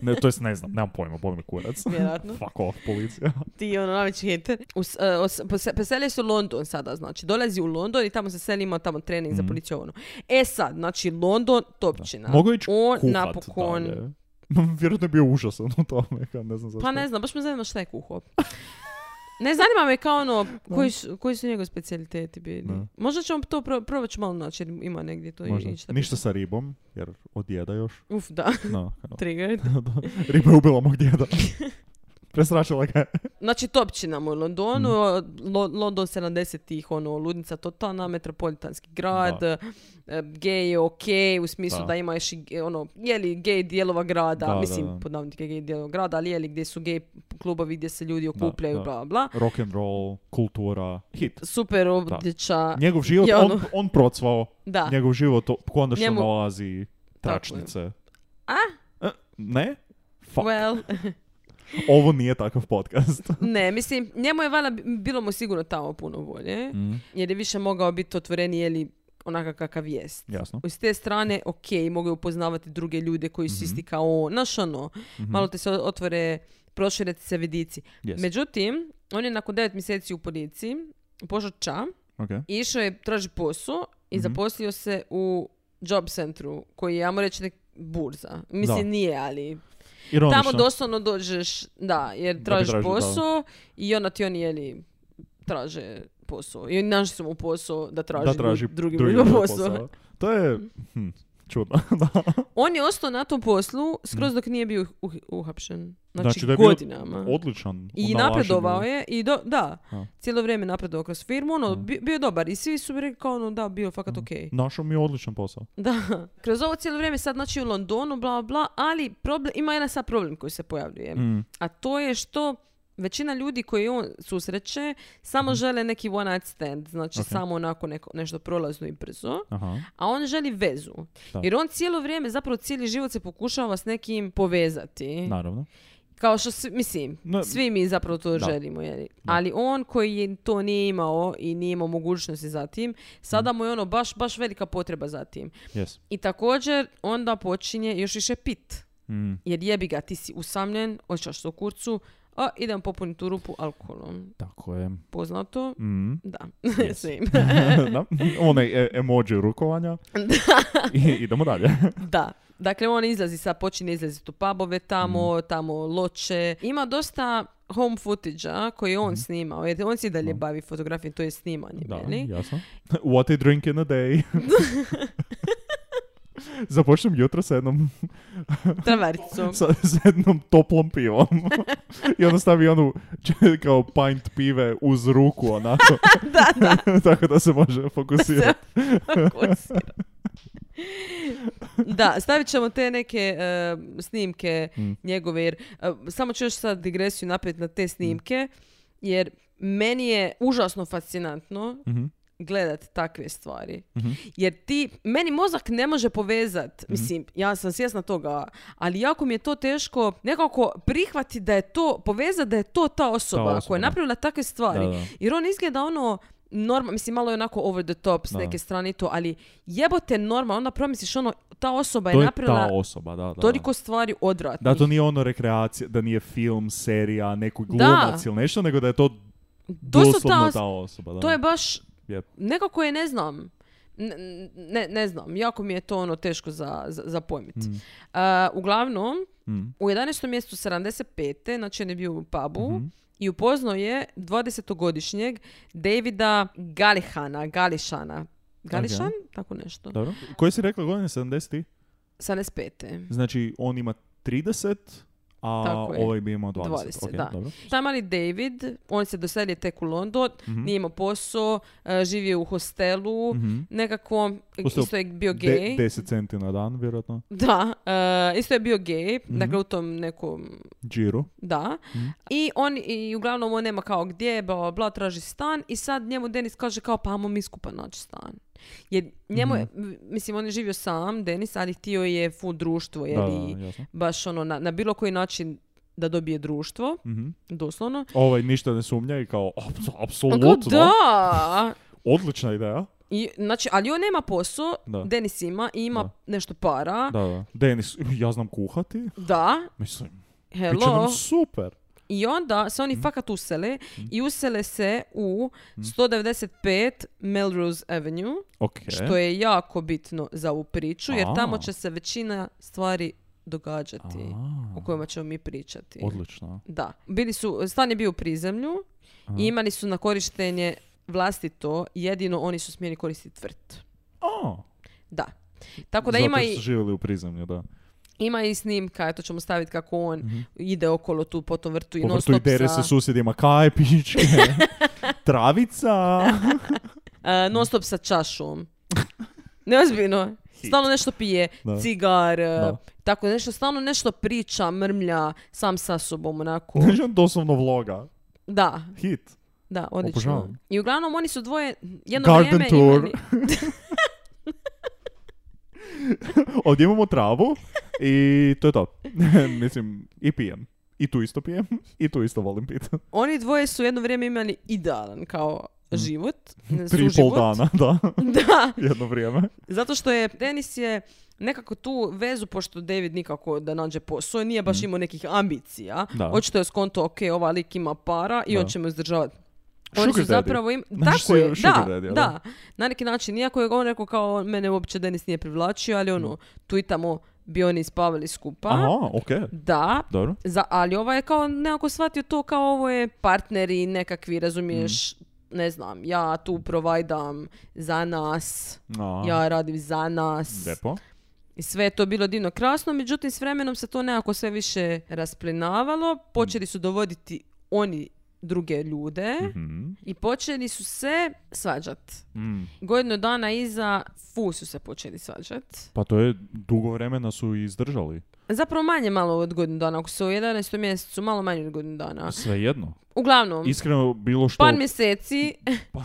ne, to jest ne znam, nemam pojma, boli me kurac. Vjerojatno. Fuck off, policija. Ti ono najveći hater. Us, e, os- pose- preselio se u London sada, znači. Dolazi u London i tamo se seli, ima tamo trening Mhm. za policiju ono. E sad, znači London, topčina. [LAUGHS] Mogu ići On kuhat napokon... dalje. Vjerojatno je bio užasan u tome, kao ne znam zašto. Pa ne znam, baš me zanima šta je kuhao. Ne zanima me kao ono, koji su, koji su njegovi specialiteti bili. Da. Možda ćemo to pro, probat ću malo naći, jer ima negdje to i- Možda. i šta Ništa sa ribom, jer od djeda još. piše. Uf, da, [LAUGHS] No, kao. trigger. Riba je ubila mog [LAUGHS] djeda. Presračila ga je. Znači, topčina mu u Mm. Londonu, Lo- London 70-ih, ono, ludnica totalna, metropolitanski grad, Da. e, gej je ok, u smislu da, Da. ima još i, e, ono, je li gej dijelova grada, Da, da, mislim, da. pod navodnike gej dijelova grada, ali je li gdje su gej klubovi gdje se ljudi okupljaju, da. bla, bla. Rock and roll, kultura, hit. Super odjeća, Njegov život, Ja, ono. on, on procvao. da. Njegov život o- konačno Njemu- nalazi tračnice. A? E, Ne? Fuck. Well, [LAUGHS] Ovo nije takav [LAUGHS] podcast. ne, mislim, njemu je valjda bi- bilo mu sigurno tamo puno bolje, Mm. jer je više mogao biti otvoreniji, je li, onakav kakav jest. Jasno. S te strane, ok, mogu je upoznavati druge ljude koji Mhm. su isti kao on. Znaš ono, malo te se otvore, prošire ti se vidici. Yes. Međutim, on je nakon devet mjeseci u policiji, pošao ča, Ok. i išao je traži posao i Mhm. zaposlio se u job centru, koji je, ajmo reći, nek burza. Mislim, Da. nije, ali Ironično. Tamo doslovno dođeš, da, jer bi tražiš tražio, da. posao i onda ti oni jeli traže posao. I našli su mu posao da traži, da traži dru- drugim drugi ljudima posao. posao. To je hm, [LAUGHS] čudno. da. On je ostao na tom poslu skroz dok nije bio uh- uhapšen. Znači, Mm. da je bio godinama. Odličan. u I nalaženju. napredovao je i do, da, A. cijelo vrijeme napredovao kroz firmu, ono, bi- bio je dobar i svi su mi rekli kao ono, da, bio je fakat okej. Našao mi je odličan posao. Da, kroz ovo cijelo vrijeme sad znači u Londonu, bla, bla, ali problem, ima jedan sad problem koji se pojavljuje. Mm. A to je što većina ljudi koji on susreće samo žele neki one night stand, znači Mm. Ok. samo onako neko, nešto prolazno i brzo, Aha. a on želi vezu. Da. Jer on cijelo vrijeme, zapravo cijeli život se pokušava s nekim povezati. Naravno. Kao što, svi, mislim, No, svi mi zapravo to da. želimo. Je li? Ali on koji je to nije imao i nije imao mogućnosti za tim, Mhm. sada mu je ono baš, baš velika potreba za tim. Yes. I također onda počinje još više pit. Mm. Jer jebi ga, ti si usamljen, hoćaš se u kurcu, a idem popuniti tu rupu alkoholom. Tako je. Poznato? Mm. [LAUGHS] Da, Yes. Svi. da. Onaj e- emoji [LAUGHS] rukovanja. I idemo dalje. da. Dakle, on izlazi sad, počinje izlaziti u pubove tamo, tamo loče. Ima dosta home footage-a koje je on snimao, jer on se i dalje bavi fotografijom, to je snimanje, Da, jeli? jasno. What I drink in a [LAUGHS] day. Započnem jutro sa jednom, [LAUGHS] Travericom. sa, sa jednom toplom pivom. [LAUGHS] I onda stavi onu [LAUGHS] če- kao pint pive uz ruku [LAUGHS] onako. da, da. [LAUGHS] Tako da se može fokusirati. Fokusira. da, stavit ćemo te neke e, snimke njegove, jer e, samo ću još sad digresiju napraviti na te snimke, jer meni je užasno fascinantno Mhm. gledati takve stvari. Jer ti, meni mozak ne može povezat, Mhm. mislim, ja sam svjesna toga, ali jako mi je to teško nekako prihvatiti da je to, povezat da je to ta osoba, koja osoba, je da. napravila takve stvari. Da, da. Jer on izgleda ono, norma, mislim malo je onako over the top s Da. neke strane i to, ali jebote norma, onda promisliš ono, ta osoba je To je napravila ta osoba, da, da, da. toliko stvari odvratnih. Da, to nije ono rekreacija, da nije film, serija, neko Da. glumac ili nešto, nego da je to To su ta doslovno os- ta osoba. Da. To je baš, Yep. nekako je ne znam, ne, ne, ne znam, jako mi je to ono teško za, za, za pojmit. A, uglavnom, Mm. u 11. mjestu 75. znači on je bio u pubu, Mhm. I upoznao je 20-godišnjeg Davida Galihana, Gališana. Gališan? Tako nešto. Dobro. Koji si rekla godine? 70 75. Znači, on ima 30, a Tako je. ovaj bi imao 20. 20, Ok, da. dobro. Taj mali David, on se doselio tek u London, Mhm. nije imao posao, e, živio je u hostelu, nekako, Hostel isto je bio Mhm. De- gej. 10 centi na dan, vjerojatno. [LAUGHS] Da, e, isto je bio gej, Mhm. dakle u tom nekom Džiru. Da. Mhm. I on, i uglavnom on nema kao gdje, bla, bla, bla, traži stan i sad njemu Denis kaže kao pa ajmo mi skupa naći stan. Jer njemu, je- Mhm. m- mislim on je živio sam, Denis, ali htio je full društvo, Da, jer da, i da, jasno. baš ono, na, na bilo koji način da dobije društvo, doslovno. Mhm. Ovaj ništa ne sumnja i kao, "Aps- On kao, apsolutno, da! odlična ideja. I, znači, ali on nema posao, Da. Denis ima i ima Da. nešto para. Da, Da, da. Denis, ja znam kuhati. Mislim, bit će hello. nam super. I onda se oni Mhm. fakat usele i usele se u 195 Melrose Avenue, Ok. što je jako bitno za ovu priču, jer A. tamo će se većina stvari događati A, o kojima ćemo mi pričati. odlično. Da. Bili su, stan je bio u prizemlju i imali su na korištenje vlastito, jedino oni su smjeli koristiti tvrd. A, Da. Tako da zato ima što i, su živjeli u prizemlju, da. ima i snimka, eto ćemo staviti kako on Mhm. ide okolo tu po tom vrtu i non Povrtu i stop dere sa- se susjedima, kaj [LAUGHS] pičke, travica. E, non stop sa čašom. Neozbiljno. Stalno nešto pije, Da. cigar, e, Da. tako nešto, stalno nešto priča, mrmlja, sam sa [LAUGHS] sobom, onako. Znaš, on doslovno vloga. Da, Hit. da, odlično. Obožavam. I uglavnom oni su dvoje, jedno Garden vrijeme tour. imali... Ovdje imamo travu i to [LAUGHS] je to. Mislim, i pijem. I tu isto pijem. I tu isto volim pit. Oni dvoje su jedno vrijeme imali idealan kao život, Mm. Tri i pol suživot. dana, da. [LAUGHS] Da, Jedno vrijeme. zato što je Denis je nekako tu vezu, pošto David nikako da nađe posao, nije baš imao nekih ambicija. Mm. Da. Očito je skonto, ok, ova lik ima para i Da. on će mu izdržavati Oni Sugar su daddy. zapravo im... Naš Tako je, si- sugar da, daddy, jel da. Na neki način, iako je on rekao kao mene uopće Denis nije privlačio, ali ono, tu i tamo bi oni spavali skupa. Mm. Aha, okej. Da, Dobro. za, ali ovaj je kao nekako shvatio to kao ovo je partneri nekakvi, razumiješ, Mm. ne znam, ja tu provajdam za nas, A, ja radim za nas. Lepo. I sve je to bilo divno krasno, međutim s vremenom se to nekako sve više rasplinavalo, počeli su dovoditi oni druge ljude Mhm. i počeli su se svađat. Mm. Godinu dana iza fu su se počeli svađat. Pa to je, dugo vremena su i izdržali. Zapravo manje malo od godinu dana, ako su u 11. mjesecu, malo manje od godinu dana. Sve jedno. Uglavnom, Iskreno, bilo što... Pa. par mjeseci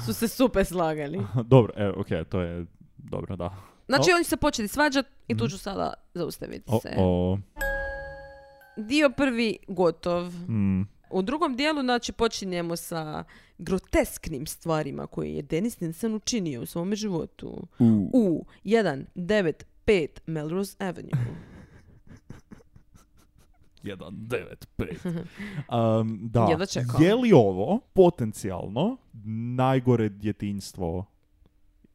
su se super slagali. [LAUGHS] Dobro, e, okej, to je... Dobro, da. Znači oni su se počeli svađat i tu ću sada zaustaviti Mhm. O, se. o, Dio prvi gotov. mm. U drugom dijelu znači počinjemo sa grotesknim stvarima koje je Denis Nilsen učinio u svome životu. U. U 195 Melrose Avenue. [LAUGHS] 195. Um, da. Jedva čekam. Je li ovo potencijalno najgore djetinjstvo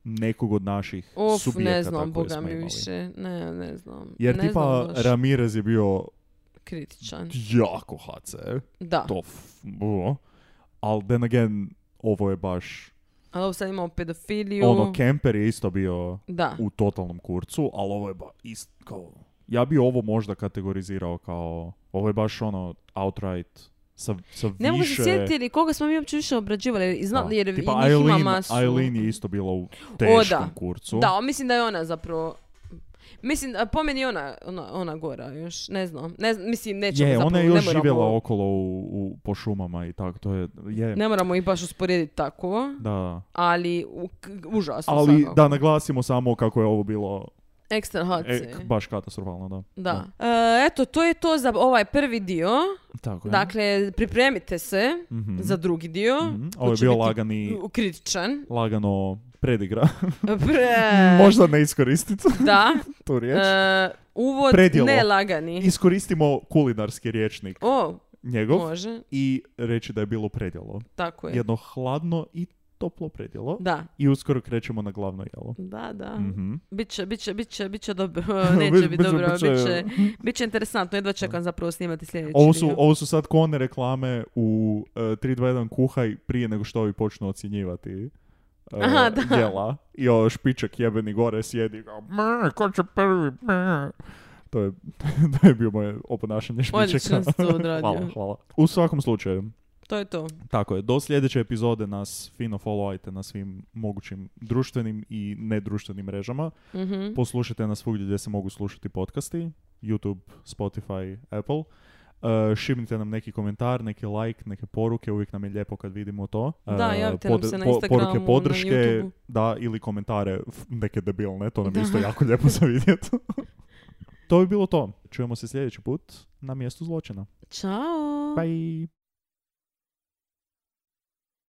nekog od naših Of, subjekata ne znam, koje boga smo mi imali? više. Ne, ne znam. Jer ne tipa znam baš. Ramirez je bio Kritičan. jako HC, Da. to f- bu. al then again, ovo je baš, Ali ovo sad imamo pedofiliju. ono, Kemper je isto bio Da. u totalnom kurcu, ali ovo je ba, ist, kao, ja bi ovo možda kategorizirao kao, ovo je baš ono, outright, sa, sa Ne mogu se više... sjetiti jer koga smo mi uopće više obrađivali, jer, zna, Da. jer i njih Tipa ima Aileen, masu. Aileen je isto bila u teškom da. kurcu. Da, mislim da je ona zapravo... Mislim, a po meni je ona, ona, ona gora još, ne znam. Ne, znam, mislim, nećemo Je, zapravo, ona je još ne moramo, živjela okolo u, u, po šumama i tako, to je, je, Ne moramo ih baš usporediti tako, da. ali u, k- užasno Ali svakako. da naglasimo samo kako je ovo bilo Ekstra HC. e, k- baš katastrofalno, da. da. E, eto, to je to za ovaj prvi dio. Tako je. Dakle, pripremite se Mhm. za drugi dio. Mhm. To Ovo je će bio biti lagani, [LAUGHS] Kritičan. lagano predigra. Pre- [LAUGHS] Možda ne iskoristiti Da. [LAUGHS] tu riječ. E, uvod Predjelo. ne lagani. Iskoristimo kulinarski riječnik O, njegov može, i reći da je bilo predjelo. tako je. Jedno hladno i toplo predjelo. Da, I uskoro krećemo na glavno jelo. da, da. Mhm. Biće, biće, biće, biće [LAUGHS] dobro. Biće- [LAUGHS] Neće biti biće- dobro, biće- biće, biće interesantno. Jedva čekam zapravo snimati sljedeći Mhm. Ovo su, dio. ovo su sad kone reklame u uh, 321 kuhaj prije nego što ovi počnu ocjenjivati uh, Aha, da. jela. I ovo špičak jebeni gore sjedi i kao, "Mrr, ko će prvi, mrr." To je, [LAUGHS] to je bio moje oponašanje Odlično špičeka. si to [LAUGHS] odradio. hvala, hvala. U svakom slučaju, To je to. tako je, do sljedeće epizode nas fino followajte na svim mogućim društvenim i nedruštvenim mrežama. Mhm. Poslušajte nas svugdje gdje se mogu slušati podcasti, YouTube, Spotify, Apple. E, šibnite nam neki komentar, neki like, neke poruke, uvijek nam je lijepo kad vidimo to. E, Da, javite nam se na Instagramu, Poruke na podrške, YouTubeu. da, ili komentare f, neke debilne, to nam je isto Da. jako lijepo za [LAUGHS] vidjeti. to bi bilo to. Čujemo se sljedeći put na mjestu zločina. Ćao! Bye!